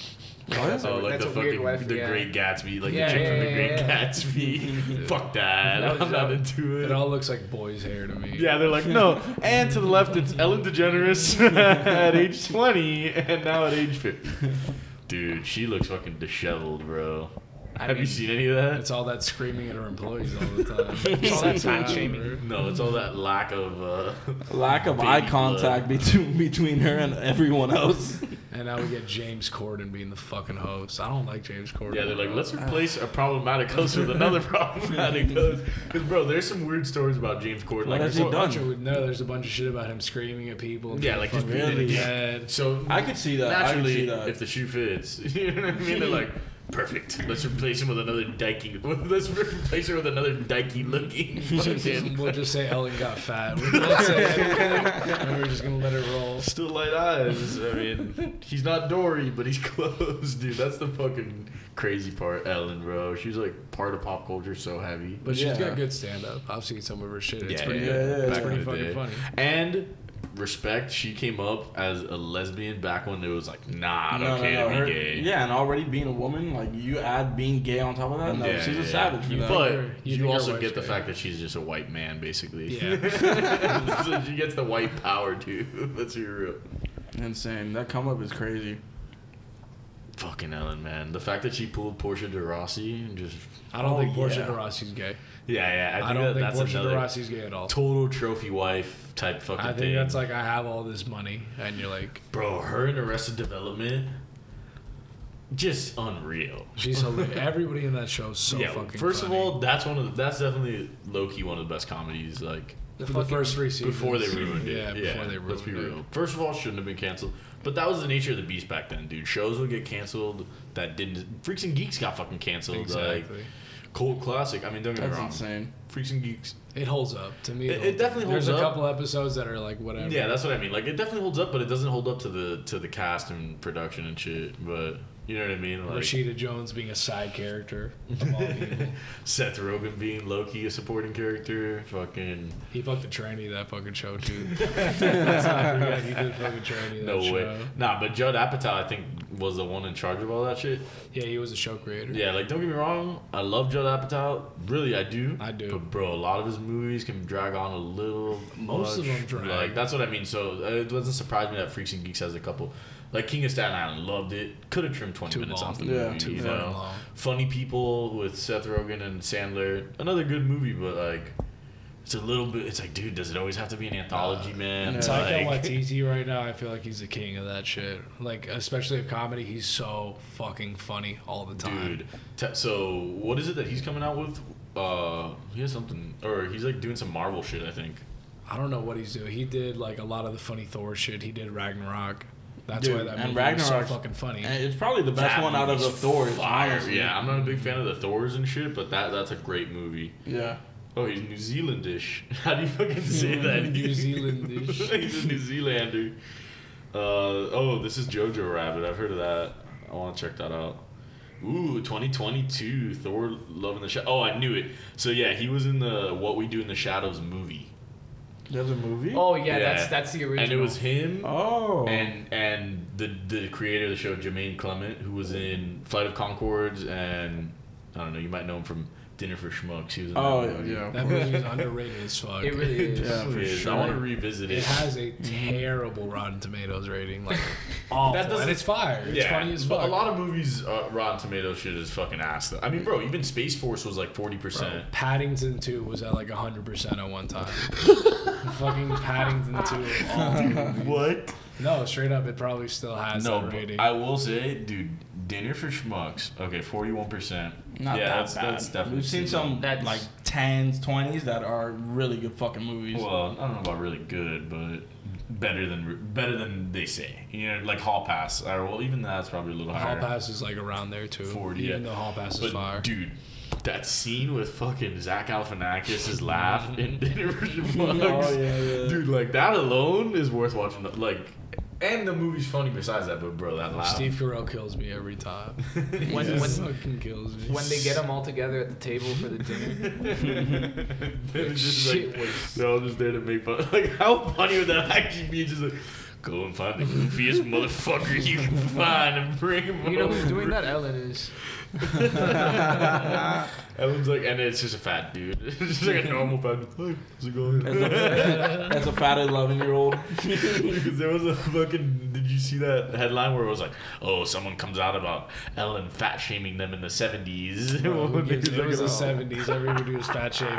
S3: What?
S5: a-
S2: oh, like
S5: that's
S2: the
S5: a weird
S2: fucking
S5: wife,
S2: the
S5: yeah.
S2: Great Gatsby, like
S5: Yeah,
S2: the chick from
S5: yeah,
S2: the
S5: yeah,
S2: Great
S5: yeah. (laughs)
S2: Gatsby. Fuck that,
S5: That was
S2: I'm not
S5: dumb.
S2: into it.
S4: It all looks like boys' hair to me.
S2: Yeah, they're like, no. And to the left, it's Ellen DeGeneres (laughs) at age 20, and now at age 50. Dude, she looks fucking disheveled, bro.
S5: I
S2: Have you
S5: mean-
S2: seen any of that?
S4: It's all that screaming at her employees all the time.
S5: It's all that fat
S4: Yeah,
S5: shaming.
S2: No, it's all that lack of. Uh,
S3: Lack of
S2: Baby
S3: eye
S2: blood.
S3: contact between between her and everyone else.
S4: And now we get James Corden being the fucking host. I don't like James Corden.
S2: yeah, they're like,
S3: (laughs)
S2: let's replace a problematic host with another (laughs) problematic host. Because, bro, there's some weird stories about James Corden.
S3: What
S2: Like,
S3: has he
S2: before-
S3: done?
S4: Bunch of, no, there's a bunch of shit about him screaming at people. and
S2: Yeah,
S4: being
S2: like, just
S4: fucking
S3: really-
S4: dead.
S2: So
S3: I could see that. I could see
S2: naturally,
S3: that.
S2: if the shoe fits, (laughs) you know what I mean. They're like, perfect. Let's replace him with another dykey. (laughs) Let's replace her with another dykey (laughs) looking. (laughs) fucking-
S4: We'll just say Ellen got fat. Let's say anything, and we're just gonna let it roll.
S2: Still light eyes. I mean, he's not Dory, but he's (laughs) close, dude. That's the fucking crazy part, Ellen, bro. She's like part of pop culture, so heavy.
S4: But she's
S3: Yeah.
S4: got good stand up. I've seen some of her shit. It's
S2: Yeah,
S4: pretty
S2: yeah,
S4: good.
S3: yeah,
S4: it's
S3: yeah.
S4: pretty
S2: Back in
S4: fucking
S2: the
S4: funny.
S2: And respect, she came up as a lesbian back when it was like, nah,
S3: No,
S2: okay
S3: no, no,
S2: to
S3: her-
S2: be gay.
S3: Yeah, and already being a woman, like you add being gay on top of that. No,
S2: Yeah,
S3: she's a
S2: yeah.
S3: savage. For
S2: You-
S3: that.
S2: But
S4: her- you
S2: you,
S4: think her
S2: also
S4: wife's
S2: get the
S4: gay.
S2: fact that she's just a white man, basically.
S4: Yeah.
S2: (laughs)
S4: (laughs)
S2: so she gets the white power too. (laughs) Let's be real.
S3: Insane. That come up is crazy.
S2: Fucking Ellen, man. The fact that she pulled Portia de Rossi and just
S4: I don't
S3: Oh,
S4: think Portia
S3: yeah.
S4: de Rossi's gay.
S2: yeah, yeah. I,
S4: I,
S2: think
S4: don't
S2: that,
S4: think
S2: that's
S4: Portia de
S2: another
S4: Rossi's gay at all.
S2: total trophy wife type fucking
S4: I think
S2: thing.
S4: that's like I have all this money, and you're like,
S2: bro, her in Arrested Development, just unreal. (laughs)
S4: she's hilarious. Everybody in that show is so
S2: yeah.
S4: fucking.
S2: First
S4: funny.
S2: of all, that's one of the, that's definitely low key one of the best comedies like
S4: the,
S5: fucking-
S4: first three seasons
S2: before they ruined it.
S4: Yeah, before they ruined
S2: Let's be
S4: it.
S2: real. First of all, it shouldn't have been canceled. But that was the nature of the beast back then, dude. Shows would get canceled that didn't. Freaks and Geeks got fucking canceled.
S4: Exactly.
S2: Like, cult classic. I mean, don't get me
S3: That's
S2: wrong.
S3: insane.
S2: Freaks and Geeks.
S4: It holds up to me.
S2: It- it definitely holds
S4: There's
S2: up.
S4: a couple episodes that are like whatever.
S2: Yeah, that's what I mean. Like, it definitely holds up, but it doesn't hold up to the to the cast and production and shit. But you know what I mean? Like
S4: Rashida Jones being a side character. Of
S2: (laughs)
S4: all people.
S2: Seth Rogen being Loki, a supporting character. Fucking
S4: he fucked a tranny that fucking
S2: (laughs)
S4: show too. Let's not forget he did fuck a tranny that
S2: no
S4: show.
S2: way. Nah, but Judd Apatow, I think, was the one in charge of all that shit.
S4: Yeah, he was a show creator.
S2: Yeah, like don't get me wrong, I love Judd Apatow. Really, I do.
S4: I do.
S2: But bro, a lot of his movies can drag on a little.
S4: Most of
S2: much.
S4: them drag.
S2: Like that's what I mean. So uh, it doesn't surprise me that Freaks and Geeks has a couple. Like King of Staten Island, loved it. Could have trimmed twenty
S4: Too
S2: minutes
S4: long.
S2: off the
S3: Yeah.
S2: movie.
S4: Too
S2: you
S4: fucking
S2: know?
S4: long.
S2: Funny People with Seth Rogen and Sandler, another good movie, but like. It's a little bit. It's like, dude, does it always have to be an anthology, man?
S3: Yeah.
S2: (laughs)
S4: Taika
S2: Like-
S4: Waititi E right now, I feel like he's the king of that shit. Like, especially of comedy, he's so fucking funny all the time.
S2: Dude, te- so what is it that he's coming out with? Uh, he has something, or he's like doing some Marvel shit, I think.
S4: I don't know what he's doing. He did like a lot of the funny Thor shit. He did Ragnarok. That's
S3: Dude,
S4: why that
S3: and
S4: movie was so
S3: Ragnarok's-
S4: fucking funny.
S3: And it's probably the best
S2: That
S3: one out of the
S2: movie's
S3: Thors.
S2: Fire,
S3: honestly.
S2: yeah. I'm not a big fan of the Thors and shit, but that that's a great movie.
S3: Yeah.
S2: Oh, he's New Zealandish. (laughs) How do you fucking say that?
S4: New Zealandish.
S2: (laughs) he's a New Zealander. Uh, oh, this is Jojo Rabbit. I've heard of that. I want to check that out. Ooh, 2022 Thor: Love in the Shadow. Oh, I knew it. So yeah, he was in the What We Do in the Shadows movie.
S3: There's a movie.
S5: Oh yeah,
S2: Yeah.
S5: that's that's the original.
S2: And it was him
S3: Oh.
S2: and and the the creator of the show, Jermaine Clement, who was in Flight of Concords and I don't know, you might know him from Dinner for Schmucks. He was in that
S3: Oh
S2: movie.
S3: yeah,
S4: That movie is underrated
S2: (laughs)
S4: as fuck.
S5: It really is.
S3: Yeah,
S2: It is. I want to revisit it.
S4: It has a terrible Rotten Tomatoes rating,
S2: (laughs)
S4: like awful,
S2: doesn't-
S4: and it's fire. It's funny as fuck.
S2: But a lot of movies, uh, Rotten Tomato shit is fucking ass. though. I mean, bro, even Space Force was like 40%.
S4: Paddington 2 was at like 100% at
S2: (laughs)
S4: one time. Fucking Paddington 2 of all time.
S2: What?
S4: No, straight up, it probably still has
S2: No,
S4: that
S2: but
S4: rating.
S2: I will say, dude, Dinner for Schmucks, okay, 41%.
S3: not
S2: yeah,
S3: that
S2: that's,
S3: bad.
S2: that's definitely.
S3: We've seen
S2: stealing.
S3: some
S5: That's-
S3: like tens, twenties that are really good fucking movies. (laughs)
S2: Well, I don't know about really good, but better than better than they say. You know, like Hall Pass. Or, well, even that's probably a little
S4: Hall
S2: higher.
S4: Pass is like around there too.
S2: 40,
S4: even
S2: yeah.
S4: though Hall Pass is
S2: But
S4: fire.
S2: dude, that scene with fucking Zach Galifianakis' laugh in (laughs) Dinner for Schmucks.
S3: Oh, yeah, yeah.
S2: Dude, like that alone is worth watching. Like, and the movie's funny besides that, but bro, that laugh.
S4: Steve Carell kills me every time.
S5: When-
S4: He
S5: when-
S4: fucking kills
S2: (laughs)
S4: me.
S5: When they get them all together at the table for the
S4: (laughs)
S5: dinner,
S2: (laughs) They're just
S5: shit
S2: like,
S5: was.
S2: they're all just there to make fun. (laughs) Like, how funny would that actually be? Just like, go and find the goofiest motherfucker you can find and bring him
S5: You know
S2: over.
S5: who's doing that? Ellen is.
S2: Ellen's like, and it's just a fat dude. (laughs) It's just like a normal fat dude. Hey, how's it going? (laughs)
S3: As a, (laughs) as a fat eleven year old,
S2: Because there was a fucking. Did you see that headline where it was like, "Oh, someone comes out about Ellen fat shaming them in the (laughs) '70s."
S3: Oh,
S4: Bro, who
S2: When they
S4: gives-
S2: was (laughs)
S4: it was the
S2: like,
S4: seventies. Everybody was fat
S2: (laughs)
S4: shaming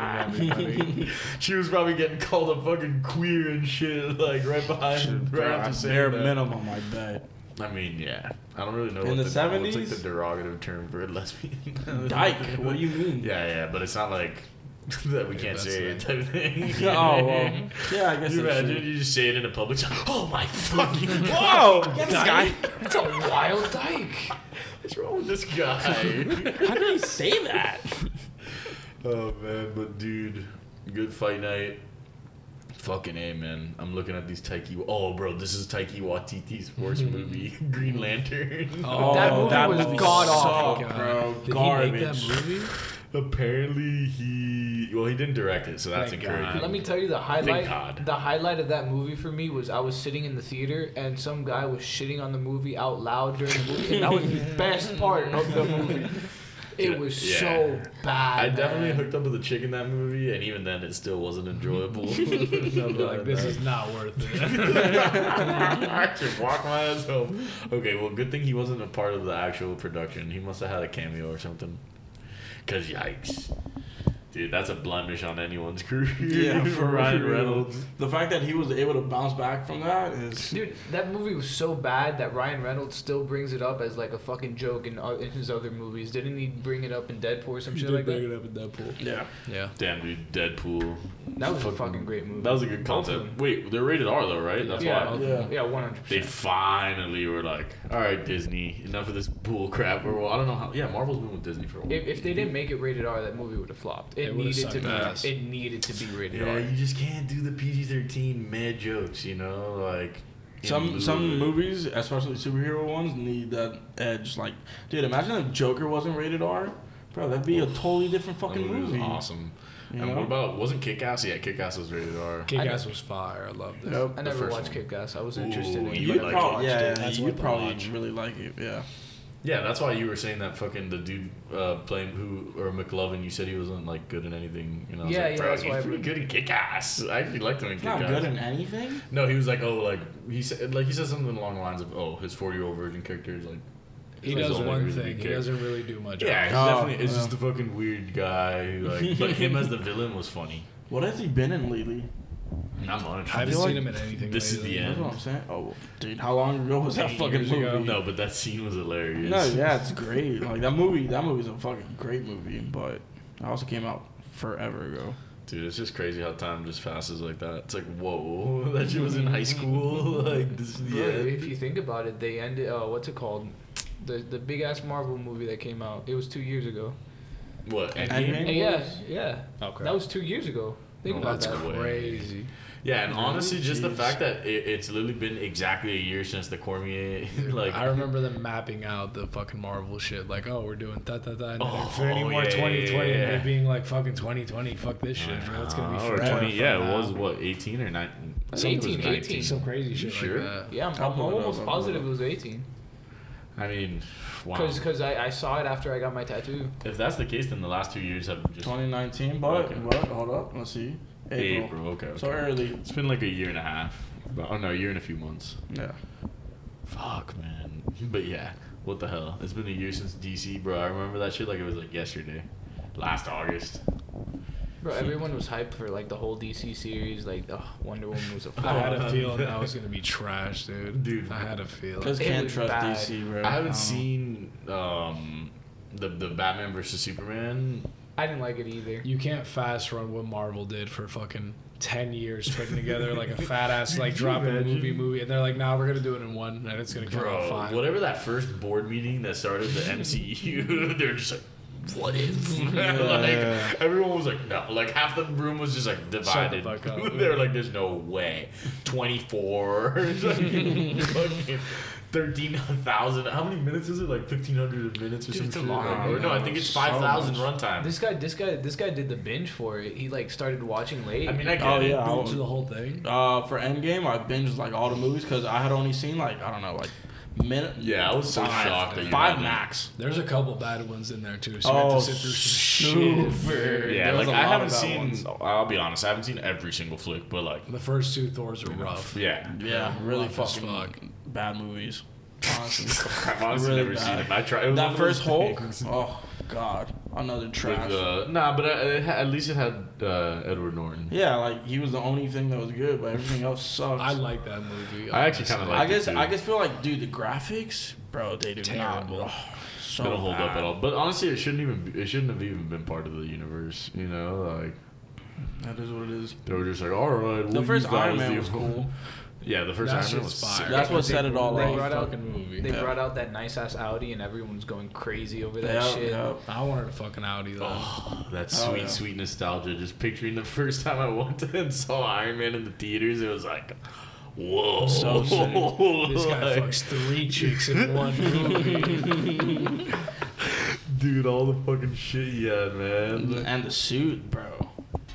S4: everybody. (laughs)
S2: "Oh." she was probably getting called a fucking queer and shit, (laughs) like right behind, right after saying
S3: bare
S2: that.
S3: minimum, I bet.
S2: I mean, yeah, I don't really know.
S3: In
S2: what
S3: the
S2: it's like
S3: 70s?
S2: the derogative term for (laughs) a lesbian.
S3: Uh, (laughs) Dyke, what do you mean?
S2: yeah, yeah, but it's not like (laughs) that we
S4: Yeah,
S2: can't
S4: that's
S2: say it
S4: like-
S2: type thing.
S3: (laughs)
S2: (laughs)
S3: (laughs) Oh well. Yeah, I guess.
S2: You
S3: that's
S2: imagine
S3: true.
S2: you just say it in a public. (laughs) Oh my fucking!
S3: (laughs)
S2: Whoa! (laughs)
S3: Whoa, this guy.
S5: That's a wild dyke.
S2: What's wrong with this guy?
S3: How did he say that?
S2: (laughs) Oh man, but dude, good fight night. Fucking A, man. I'm looking at these Taiki. Oh, bro, this is Taiki Watiti's worst movie, (laughs) Green Lantern.
S4: Oh,
S5: That movie was god-awful,
S3: sucked,
S4: God.
S3: bro.
S4: Did he make that
S3: Garbage.
S4: movie?
S2: Apparently, he. Well, he didn't direct it, so that's
S4: Thank
S2: encouraging.
S4: God.
S5: Let me tell you the highlight.
S2: God.
S5: The highlight of that movie for me was I was sitting in the theater and some guy was shitting on the movie out loud during the movie, and that was
S4: (laughs)
S5: the best part of the movie. It was
S2: Yeah.
S5: so bad.
S2: I definitely
S5: man.
S2: hooked up with a chick in that movie, and even then, it still wasn't enjoyable. (laughs)
S4: They're like, this is not worth it.
S2: (laughs) I should walk my ass home. Okay, well, good thing he wasn't a part of the actual production. He must have had a cameo or something. Cause yikes, dude, that's a blemish on anyone's (laughs) career.
S3: Yeah,
S2: for Ryan Reynolds.
S3: The fact that he was able to bounce back from that (laughs) is
S5: Dude, that movie was so bad that Ryan Reynolds still brings it up as like a fucking joke in, uh, in his other movies. Didn't he bring it up in Deadpool or some shit like that?
S4: up at Deadpool.
S3: yeah.
S4: Yeah.
S2: Damn, dude, Deadpool.
S5: That was a fucking great movie.
S2: That was a good concept. Wait, they're rated R though, right? That's
S5: yeah,
S2: why.
S3: Yeah.
S5: yeah, one hundred
S2: They
S5: percent.
S2: finally were like, all right, Disney, enough of this bull crap. Or well, I don't know how. Yeah, Marvel's been with Disney for a while.
S5: If, if they didn't make it rated R, that movie would have flopped. It,
S4: It would've
S5: needed
S4: sucked
S5: to be.
S4: ass.
S5: It needed to be rated
S2: Yeah,
S5: R.
S2: you just can't do the PG thirteen mad jokes, you know, like in lieu
S3: Some some
S2: of-
S3: movies, especially superhero ones, need that edge. Like, dude, imagine if Joker wasn't rated R, bro. That'd be a totally different
S2: That
S3: fucking
S2: movie was
S3: movie.
S2: awesome.
S3: You
S2: and
S3: know?
S2: what about wasn't Kick Ass? Yeah, Kick Ass was rated R.
S4: Kick Ass was fire. I loved it.
S3: Yep.
S5: I
S2: The
S5: never
S2: first
S5: watched
S2: one.
S5: Kick Ass. I was
S2: Ooh,
S5: interested in it.
S2: you
S3: You
S5: but uh,
S2: would
S5: I
S3: would
S2: like
S5: never
S2: prob-
S3: probably, yeah,
S5: watched it.
S3: yeah,
S4: That's
S3: you
S4: worth a
S3: probably
S4: watch.
S3: really like it. Yeah.
S2: Yeah, that's why you were saying that fucking the dude uh, playing who or McLovin. You said he wasn't like good in anything. You know, I was
S5: Yeah,
S2: like,
S5: yeah,
S2: bro,
S5: that's
S2: he's
S5: why I-
S2: pretty good in Kick Ass. (laughs) I actually liked him in Kick
S3: Not good
S2: Ass.
S3: in anything.
S2: No, he was like, oh, like he said, like he said something along the lines of, oh, his forty year old virgin character is like.
S4: He
S2: That's
S4: does
S2: all I
S4: one
S2: really
S4: thing. He
S2: care.
S4: doesn't really do
S2: (laughs)
S4: much.
S2: Yeah, he's
S3: Oh,
S2: definitely. It's
S3: yeah.
S2: just the fucking weird guy who like, but him as the villain was funny.
S3: What has he been in lately?
S2: Not much.
S4: I haven't
S3: feel
S4: seen
S3: like
S4: him in anything.
S2: this is the
S4: lately.
S2: end.
S3: That's what I'm saying. Oh, dude, how long ago was that
S4: Eight
S3: fucking
S4: years ago.
S3: movie?
S2: No, but that scene was hilarious.
S3: No,
S2: (laughs)
S3: yeah, it's great. Like that movie, that movie's a fucking great movie, but it also came out forever ago.
S2: Dude, it's just crazy how time just passes like that. It's like, whoa, (laughs) that shit was in high school. (laughs) Like, this is
S5: Bro,
S2: the
S5: If
S2: end.
S5: you think about it, they ended. Uh, what's it called? The the big ass Marvel movie that came out. It was two years ago.
S2: What?
S3: Endgame?
S2: Endgame?
S5: And yeah, yeah.
S4: Okay.
S5: That was two years ago. Think
S2: Oh,
S5: about
S2: that's
S5: that.
S2: cool.
S4: Crazy.
S2: Yeah, and honestly, just the
S3: Jeez.
S2: fact that it, it's literally been exactly a year since the Cormier, (laughs) like,
S4: I remember them mapping out the fucking Marvel shit. Like, oh, we're doing that, that, that. And
S2: Oh,
S4: oh, Infinity War
S2: yeah,
S4: 2020.
S2: yeah,
S4: And
S2: yeah.
S4: it being like fucking 2020. Fuck this shit, bro. It's going to
S2: uh,
S4: be
S2: or
S4: forever.
S2: 20, yeah, it
S4: from
S2: was
S4: now.
S2: what, 18 or 19?
S5: It's 18, 18.
S4: Some crazy
S2: You
S4: shit
S2: sure?
S4: like that.
S5: Yeah, I'm,
S3: I'll
S5: I'm
S3: pull it up,
S5: almost
S3: I'll pull it
S5: positive
S3: up.
S5: it was 18.
S2: I mean, wow.
S5: Because I, I saw it after I got my tattoo.
S2: If that's the case, then the last two years have just
S3: 2019, but
S2: Okay.
S3: what? Hold up, let's see. April.
S2: April. Okay, okay.
S3: So early.
S2: It's been like a year and a half. But, oh no, a year and a few months.
S3: Yeah.
S2: Fuck, man. But yeah, what the hell? It's been a year since DC, bro. I remember that shit like it was like yesterday, last August.
S5: Bro, everyone was hyped for like the whole DC series. Like, ugh, Wonder Woman was a
S4: I
S5: flop.
S4: had a feeling that I was gonna be trash, dude.
S2: Dude.
S4: I had a feeling.
S3: Just
S5: It
S3: can't
S5: was
S3: trust
S5: bad.
S3: DC, bro.
S2: I haven't
S4: Um,
S2: seen um the the Batman versus Superman.
S5: I didn't like it either.
S4: You can't fast run what Marvel did for fucking ten years, putting together like a fat
S2: (laughs)
S4: ass like dropping
S2: imagine?
S4: movie movie, and they're like, nah, we're gonna do it in one, and it's gonna come out
S2: Bro,
S4: fine.
S2: whatever that first board meeting that started the MCU, (laughs) they're just like, what (laughs) if? like everyone was like, no. Like half the room was just like divided.
S4: fuck up.
S2: (laughs) they were like, there's no way. Twenty (laughs) four. (laughs) Thirteen thousand. How many minutes is it? Like fifteen hundred minutes or
S5: Dude, it's a
S2: something.
S5: long
S2: Or no, I think it's
S3: so
S2: five thousand
S3: much.
S2: runtime.
S5: This guy, this guy, this guy did the binge for it. He like started watching late.
S2: I mean, I get
S3: Oh,
S2: it.
S3: yeah. I
S4: Binge
S3: was-
S4: the whole thing.
S3: Uh, for Endgame, I binged like all the movies because I had only seen like I don't know, like minute.
S2: Yeah, I was so
S3: five,
S2: shocked that you
S3: five
S2: had that.
S3: max.
S4: There's a couple bad ones in there too. So you
S3: Oh,
S4: have to sit through some shit.
S2: Yeah,
S3: There was
S2: like
S3: a
S2: I
S3: lot
S2: haven't
S3: of bad
S2: seen.
S3: ones.
S2: I'll be honest, I haven't seen every single flick, but like,
S4: The first two Thors are rough.
S2: yeah,
S3: Yeah, really
S4: Rough as
S3: fucking
S4: fuck.
S3: bad movies. Honestly,
S2: I've honestly
S3: Really
S2: never seen
S3: bad.
S2: him. I tried it was one
S3: that
S2: of those
S3: first Hulk.
S2: things.
S3: Oh God, another
S2: With,
S3: trash.
S2: uh, nah, but uh, it ha- at least it had uh, Edward Norton.
S3: yeah, like he was the only thing that was good, but everything else sucked.
S4: I like that movie.
S2: I actually kinda
S4: honestly.
S2: like
S3: I
S2: it
S3: guess
S2: too.
S3: I guess feel like dude, the graphics, bro, they do
S4: Terrible.
S3: not. Oh, so
S2: They don't hold up
S3: bad.
S2: at all. But honestly, it shouldn't even. Be, it shouldn't have even been part of the universe. You know, like
S3: That is what it is.
S2: they were just like, all right.
S3: The
S2: we'll
S3: first
S2: use that
S3: Iron
S2: as
S3: Man
S2: the-
S3: was cool.
S2: (laughs) Yeah, the first Iron
S4: That
S2: Man
S4: shit's
S2: was
S4: fire.
S2: sick.
S3: That's what set it all
S5: They
S3: off.
S5: brought out-
S4: fucking movie.
S5: they
S3: Yeah.
S5: brought out that nice ass Audi, and everyone's going crazy over that
S3: Yeah,
S5: shit.
S3: yeah.
S4: I wanted a fucking Audi though.
S2: That
S3: Oh,
S2: sweet,
S3: yeah.
S2: sweet nostalgia. Just picturing the (laughs) first time I went and saw Iron Man in the theaters, it was like, whoa.
S3: So sick.
S2: (laughs) Oh,
S4: This guy
S2: Like,
S4: fucks three
S2: (laughs)
S4: chicks in one movie.
S2: Dude, all the fucking shit he had, man.
S3: And the suit, bro.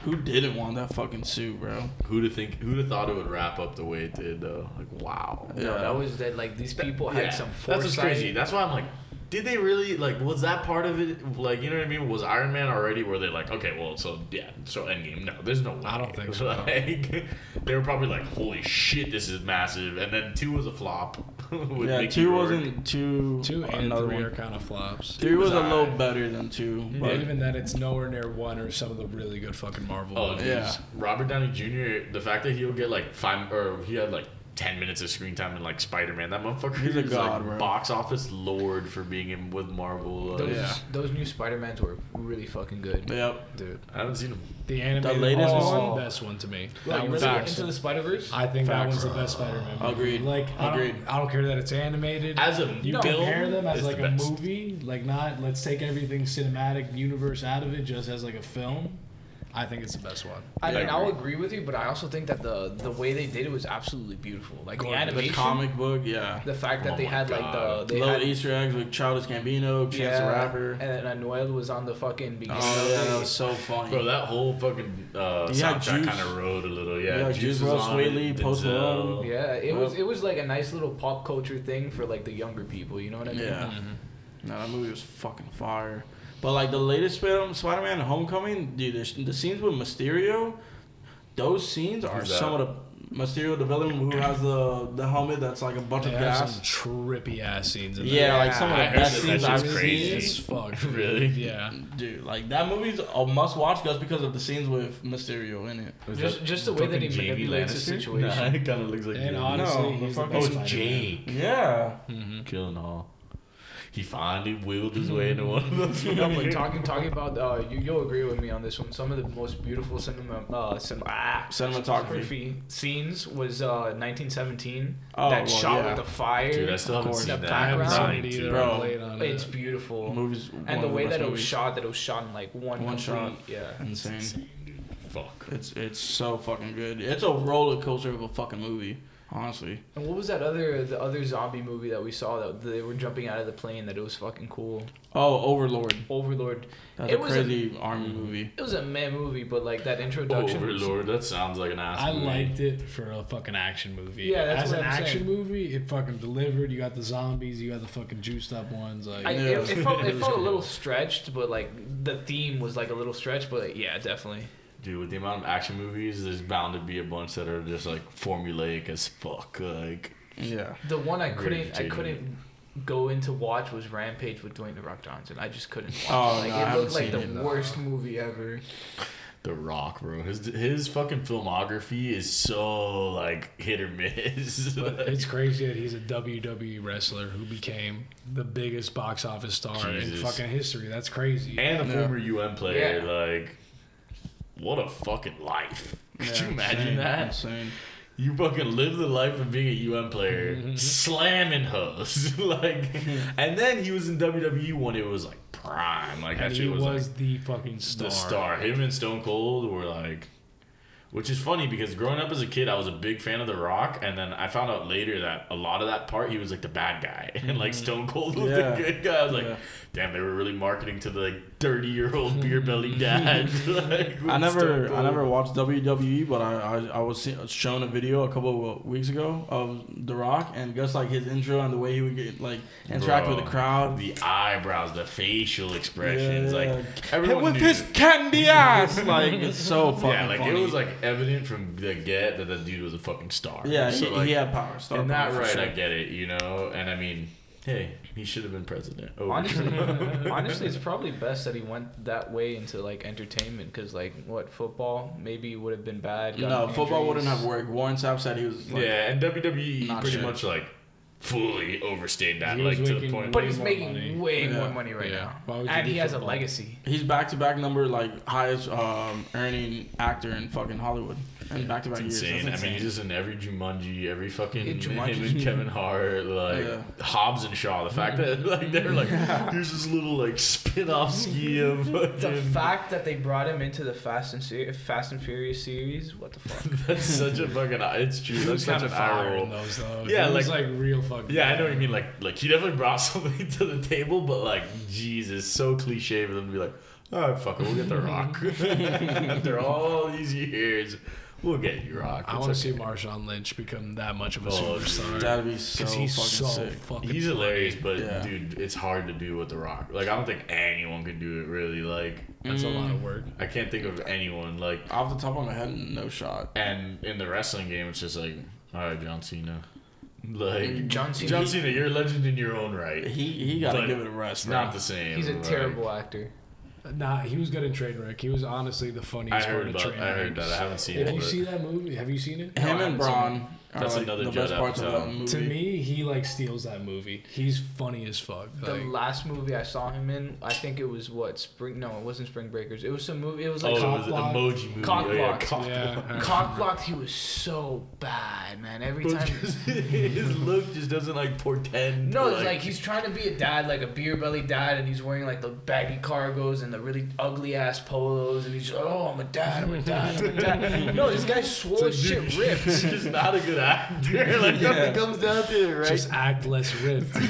S3: Who didn't want that fucking suit, bro?
S2: Who'd have think? Who'd have thought it would wrap up the way it did, though? Like, wow.
S5: No, that was that. Like these people had some foresight.
S2: That's what's crazy. That's why I'm like, did they really like? Was that part of it? Like, you know what I mean? Was Iron Man already? Were they like, okay, well, so yeah, so Endgame? No, there's no way.
S4: I
S2: (laughs)
S4: don't think so.
S2: Like, they were probably like, holy shit, this is massive. And then two was a flop. (laughs) with
S3: yeah,
S2: Mickey
S3: two
S2: Rourke.
S3: wasn't two.
S4: Two and
S3: another
S4: three
S3: one.
S4: are kind of flops.
S3: Three was a
S2: Alright.
S3: little better than two,
S4: But
S3: but
S4: even then, it's nowhere near one or some of the really good fucking Marvel
S2: Oh,
S4: movies.
S2: dude.
S3: Yeah.
S2: Robert Downey Jr. The fact that he'll get like five or he had like ten minutes of screen time in like Spider Man. That motherfucker
S3: He's a
S2: is,
S3: god,
S2: like,
S3: bro.
S2: box office lord for being in with Marvel. Like,
S5: Those,
S3: Yeah.
S5: those new Spider Mans were really fucking good.
S3: yep.
S4: Dude,
S2: I haven't seen him.
S4: the animated
S3: latest
S4: one is
S5: one?
S4: the best one to me.
S5: Like,
S4: That
S5: really
S4: one's
S3: Facts.
S5: into the Spider Verse.
S4: I think that
S3: Facts.
S4: one's the best Spider-Man. movie.
S3: Agreed.
S4: Like, I don't-
S3: Agreed.
S4: I don't care that it's animated.
S2: As a
S4: you
S2: film,
S4: compare them as
S2: it's
S4: like
S2: the
S4: a
S2: best.
S4: movie, like not let's take everything cinematic universe out of it, just as like a film. I think it's the best one.
S5: I
S2: Yeah,
S5: mean,
S2: I
S5: I'll agree with you, but I also think that the the way they did it was absolutely beautiful. Like the
S4: Gorgeous.
S5: animation,
S3: The comic book, yeah.
S5: the fact that
S2: Oh
S5: they
S2: my
S5: had like
S2: God.
S5: the they
S3: Little
S5: had,
S3: Easter eggs with Childish Gambino, Chance the Rapper.
S5: and then Anuel was on the fucking beginning.
S3: oh yeah, that
S5: of
S3: was so funny.
S2: Bro, that whole fucking uh,
S3: He had
S2: soundtrack
S3: Juice.
S2: kind of rode a little. Yeah,
S3: Yeah, Juice
S2: was
S3: WRLD,
S2: on
S3: Swae
S2: it, uh,
S3: Lee, Post
S2: Denzel.
S3: Malone.
S5: the- yeah, it was
S3: Well-
S5: it was like a nice little pop culture thing for like the younger people. You know what I mean? (laughs)
S3: yeah.
S5: Mm-hmm.
S3: No, that movie was fucking fire. But like the latest Spider- Spider-Man: Homecoming, dude, there's- the scenes with Mysterio, those scenes are
S2: Who's that?
S3: some of the Mysterio, the villain who has the the helmet that's like a bunch
S4: They
S3: of
S4: have
S3: gas.
S4: some trippy ass scenes. In there.
S3: Yeah, like some of the
S2: I heard
S3: best
S2: that
S3: scenes
S2: that
S3: I've
S2: shit's
S3: crazy.
S4: It's
S2: crazy.
S3: seen.
S4: fuck.
S2: Really?
S4: Yeah.
S3: Dude, like that movie's a must watch just because of the scenes with Mysterio in it.
S2: Was
S5: Just
S2: that
S5: just the way that he
S2: fucking Jamie
S5: manipulates the
S2: Lannister?
S5: situation.
S2: Nah, it kind of looks like.
S4: And
S2: Jamie.
S4: honestly,
S3: No,
S4: he's the
S3: fuck-
S2: oh,
S4: best
S2: it's
S4: Spider-Man.
S2: Jake.
S3: Yeah.
S2: Killing all. He finally wheeled his way into one
S3: (laughs)
S2: of those.
S5: No, but talking talking about uh, you you'll agree with me on this one. Some of the most beautiful cinema uh, cin- ah,
S3: Cinematography.
S5: scenes was uh, 1917.
S3: Oh, well,
S5: that shot
S3: yeah.
S5: with the fire.
S2: Dude, I still haven't
S5: course.
S2: seen
S5: The
S2: that.
S4: I haven't seen
S2: Nine,
S4: it either.
S2: dude.
S3: Bro,
S4: I'm late on
S5: it's
S4: it.
S5: beautiful.
S3: Movies
S5: and the way that it was
S3: shot.
S5: shot, that it was shot in like one
S3: One shot.
S5: complete- Yeah.
S3: Insane.
S2: Fuck.
S3: It's it's so fucking good. It's a roller coaster of a fucking movie. honestly.
S5: And what was that other the other zombie movie that we saw that they were jumping out of the plane that it was fucking cool?
S3: Oh, Overlord.
S5: Overlord.
S3: That's
S5: It
S3: a
S5: was a- Mm-hmm.
S3: crazy army movie.
S5: It was a meh movie, but like that introduction. was-
S2: Overlord, that sounds like an ass.
S4: I
S2: movie.
S4: liked it for a fucking action movie.
S5: Yeah, that's
S4: As
S5: what
S4: an
S5: I'm
S4: action
S5: saying.
S4: movie, it fucking delivered. You got the zombies, you got the fucking juiced up ones. Like,
S5: I,
S3: Yeah.
S5: it, it
S3: (laughs)
S5: felt,
S4: It
S5: it
S4: was
S5: felt a
S4: cool.
S5: little stretched, but like the theme was like a little stretched, but yeah, definitely.
S2: Dude, with the amount of action movies, there's bound to be a bunch that are just like formulaic as fuck. Like,
S3: Yeah.
S5: The one I
S2: Great
S5: couldn't I
S2: entertainment.
S5: couldn't go into watch was Rampage with Dwayne the Rock Johnson. I just couldn't. Watch.
S3: Oh,
S5: like
S3: no, I
S5: it
S3: haven't
S5: looked like
S3: seen
S5: the
S3: it,
S4: no.
S5: worst movie ever.
S2: The Rock, bro. His his fucking filmography is so like hit or miss. (laughs)
S4: (laughs) But it's crazy that he's a WWE wrestler who became the biggest box office star in
S2: Jesus.
S4: fucking history. That's crazy.
S2: and a
S3: Yeah.
S2: former UM player.
S5: Yeah.
S2: Like, what a fucking life. Could
S3: Yeah,
S2: you imagine
S3: insane,
S2: that?
S3: Insane.
S2: You fucking live the life of being a UM
S4: (laughs) Mhm.
S2: player, slamming hoes. (laughs) like,
S3: (laughs)
S2: and then he was in WWE when it was like prime. Like that
S4: and he
S2: shit was,
S4: was,
S2: like,
S4: the fucking star.
S2: the star. Him and Stone Cold were like, which is funny because growing up as a kid, I was a big fan of The Rock, and then I found out later that a lot of that part he was like the bad guy, (laughs) and like Stone Cold was
S3: Yeah.
S2: the good guy. I was like,
S3: Yeah.
S2: damn, they were really marketing to the like thirty year old beer belly dad. (laughs) like, with
S3: I
S2: Stone
S3: never, I
S2: Cold.
S3: never watched WWE, but I, I, I was see, shown a video a couple of weeks ago of The Rock and just like his intro and the way he would get like interact
S2: Bro,
S3: with the crowd.
S2: The eyebrows, the facial expressions,
S3: Yeah.
S2: like everyone
S3: with
S2: knew.
S3: his
S2: (laughs)
S3: candy ass, like it's so fucking
S2: yeah, like
S3: funny.
S2: it was like evident from the get that the dude was a fucking star.
S3: yeah,
S2: So,
S3: he,
S2: like,
S3: he had power. Star
S2: In that
S3: power Oh, for
S2: right,
S3: sure.
S2: I get it, you know. And I mean, hey, he should have been president. Oh, (laughs)
S5: Honestly, honestly, it's probably best that he went that way into like entertainment because like what football maybe would have been bad. got
S3: No, football
S5: injuries.
S3: wouldn't have worked. Warren Sapp said he was. Like,
S2: yeah, and WWE
S3: Not
S2: pretty
S3: sure.
S2: much like fully overstayed that,
S4: He
S2: like
S4: was
S2: to the
S4: making
S2: point.
S5: But
S4: way
S5: he's
S4: more
S5: making
S4: money.
S5: way
S3: Yeah.
S5: more money right
S4: Yeah. Why
S5: now,
S4: would you
S5: and
S4: do
S5: he has a
S4: football? (laughs)
S5: legacy.
S3: He's back to back number like highest um, earning actor in fucking Hollywood, and back to
S2: It's
S3: back years.
S2: insane.
S3: That's
S2: I mean, he's
S3: insane.
S2: just in every Jumanji, every fucking
S5: Yeah, Jumanji.
S2: him and (laughs) Kevin Hart, like
S3: Yeah.
S2: Hobbs and Shaw. The fact that like they're like, here's this little like spin-off ski of
S5: The
S4: Mm.
S2: fucking.
S5: fact that they brought him into the Fast and Ser- Fast and Furious series, what the fuck?
S2: (laughs) That's such a fucking. It's true.
S4: He
S2: That's
S4: was
S2: such
S4: kind
S2: an
S4: of
S2: eye
S4: fire
S2: roll.
S4: in those though.
S2: Yeah,
S4: he was
S2: like-
S4: like real fucking.
S2: Yeah, I know what you mean. Like, like he definitely brought (laughs) something to the table, but like, Jesus, so cliche for them to be like, "All right, fuck it, we'll get the
S5: (laughs)
S2: Rock." (laughs) After all these years, we'll get you Rock.
S4: I
S2: It's
S4: want to
S2: okay.
S4: see Marshawn Lynch become that much of a
S2: Oh,
S4: superstar.
S3: That'd be so
S4: Because
S3: fucking
S4: he's so
S3: sick.
S4: fucking.
S2: He's hilarious, but
S3: Yeah.
S2: dude, it's hard to do with the Rock. Like, I don't think anyone can do it really. Like,
S4: That's a lot of work.
S2: I can't think of anyone. Like,
S3: Off the top of my head, no shot.
S2: and in the wrestling game, it's just like, all right, John Cena. Like
S5: John Cena.
S2: John
S5: he-
S2: Cena, you're a legend in your own right.
S3: He he gotta
S2: But
S3: give it a rest.
S2: It's
S3: bro.
S2: not the same.
S5: He's a
S2: like-
S5: terrible actor.
S4: Nah, he was good in Trainwreck. He was honestly the
S2: I
S4: funniest part
S2: heard
S4: of
S2: about. I heard
S4: Trainwreck.
S2: that. I haven't seen
S4: Did
S2: it.
S4: you
S2: but-
S4: see that movie? Have you seen it?
S3: Him and Braun are
S2: That's
S3: like
S2: another
S3: the
S2: Judd
S3: best parts of
S2: Apatow.
S3: that movie.
S4: To me, he like steals that movie. He's funny as fuck.
S5: The (laughs)
S4: Like,
S5: last movie I saw him in, I think it was what Spring? No, it wasn't Spring Breakers. It was some movie. It was like
S2: oh,
S5: some-
S2: it was an
S4: Cockblock.
S2: emoji movie.
S5: Cockblock.
S2: Oh, yeah, cock
S4: yeah,
S5: (laughs)
S4: I
S5: Cockblocked, he was so bad, man. Every time.
S2: (laughs) His look just doesn't like portend.
S5: No, it's like he's trying to be a dad, like a beer belly dad, and he's wearing like the baggy cargos and the really ugly ass polos, and he's just, oh, I'm a dad, I'm a dad, I'm
S2: (laughs)
S5: a dad. no, this guy swole as
S2: It's like,
S5: shit,
S2: dude,
S5: ripped.
S2: (laughs) (laughs) He's just not a good actor. (laughs) Like
S3: Yeah.
S2: nothing comes down to it, right?
S4: Just act less ripped. Stop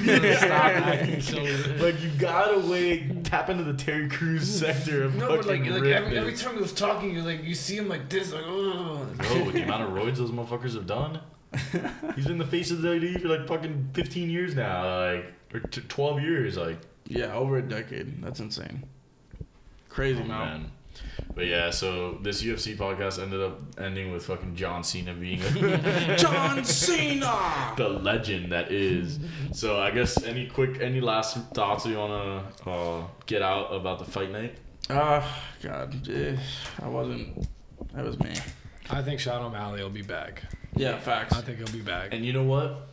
S4: acting so ripped.
S2: like you gotta wait, tap into the Terry Crews sector of
S5: No, but
S2: fucking
S5: like, like
S2: ripped
S5: every, every
S2: it.
S5: time he was talking, you like you see him like this, like ugh.
S2: Bro, with the amount of roids those motherfuckers have done, he's been the face of the ID for like fucking 15 years now, like or t- 12 years, like.
S3: Yeah, over a decade. That's insane.
S2: Oh,
S3: Crazy man.
S2: Man. But yeah, so this UFC podcast ended up ending with fucking John Cena being (laughs) a,
S3: (laughs) John Cena.
S2: the legend that is. So I guess any quick, any last thoughts you wanna uh, get out about the fight night?
S3: Ah, God, eh, I wasn't. That was me.
S4: I think Sean O'Malley will be back.
S3: Yeah, facts.
S4: I think he'll be back.
S2: And you know what?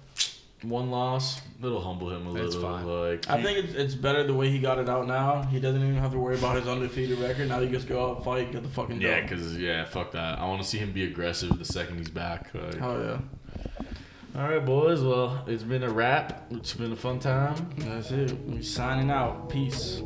S2: One loss, it'll humble him a little.
S4: It's fine.
S2: Like
S3: I think it's, it's better the way he got it out now. He doesn't even have to worry about his undefeated record. Now you just go out and fight, get the fucking
S2: yeah,
S3: dub.
S2: because yeah, fuck that. I want to see him be aggressive the second he's back. Like.
S3: Hell yeah.
S2: All right, boys. Well, it's been a wrap. It's been a fun time.
S3: That's it. We signing out. Peace.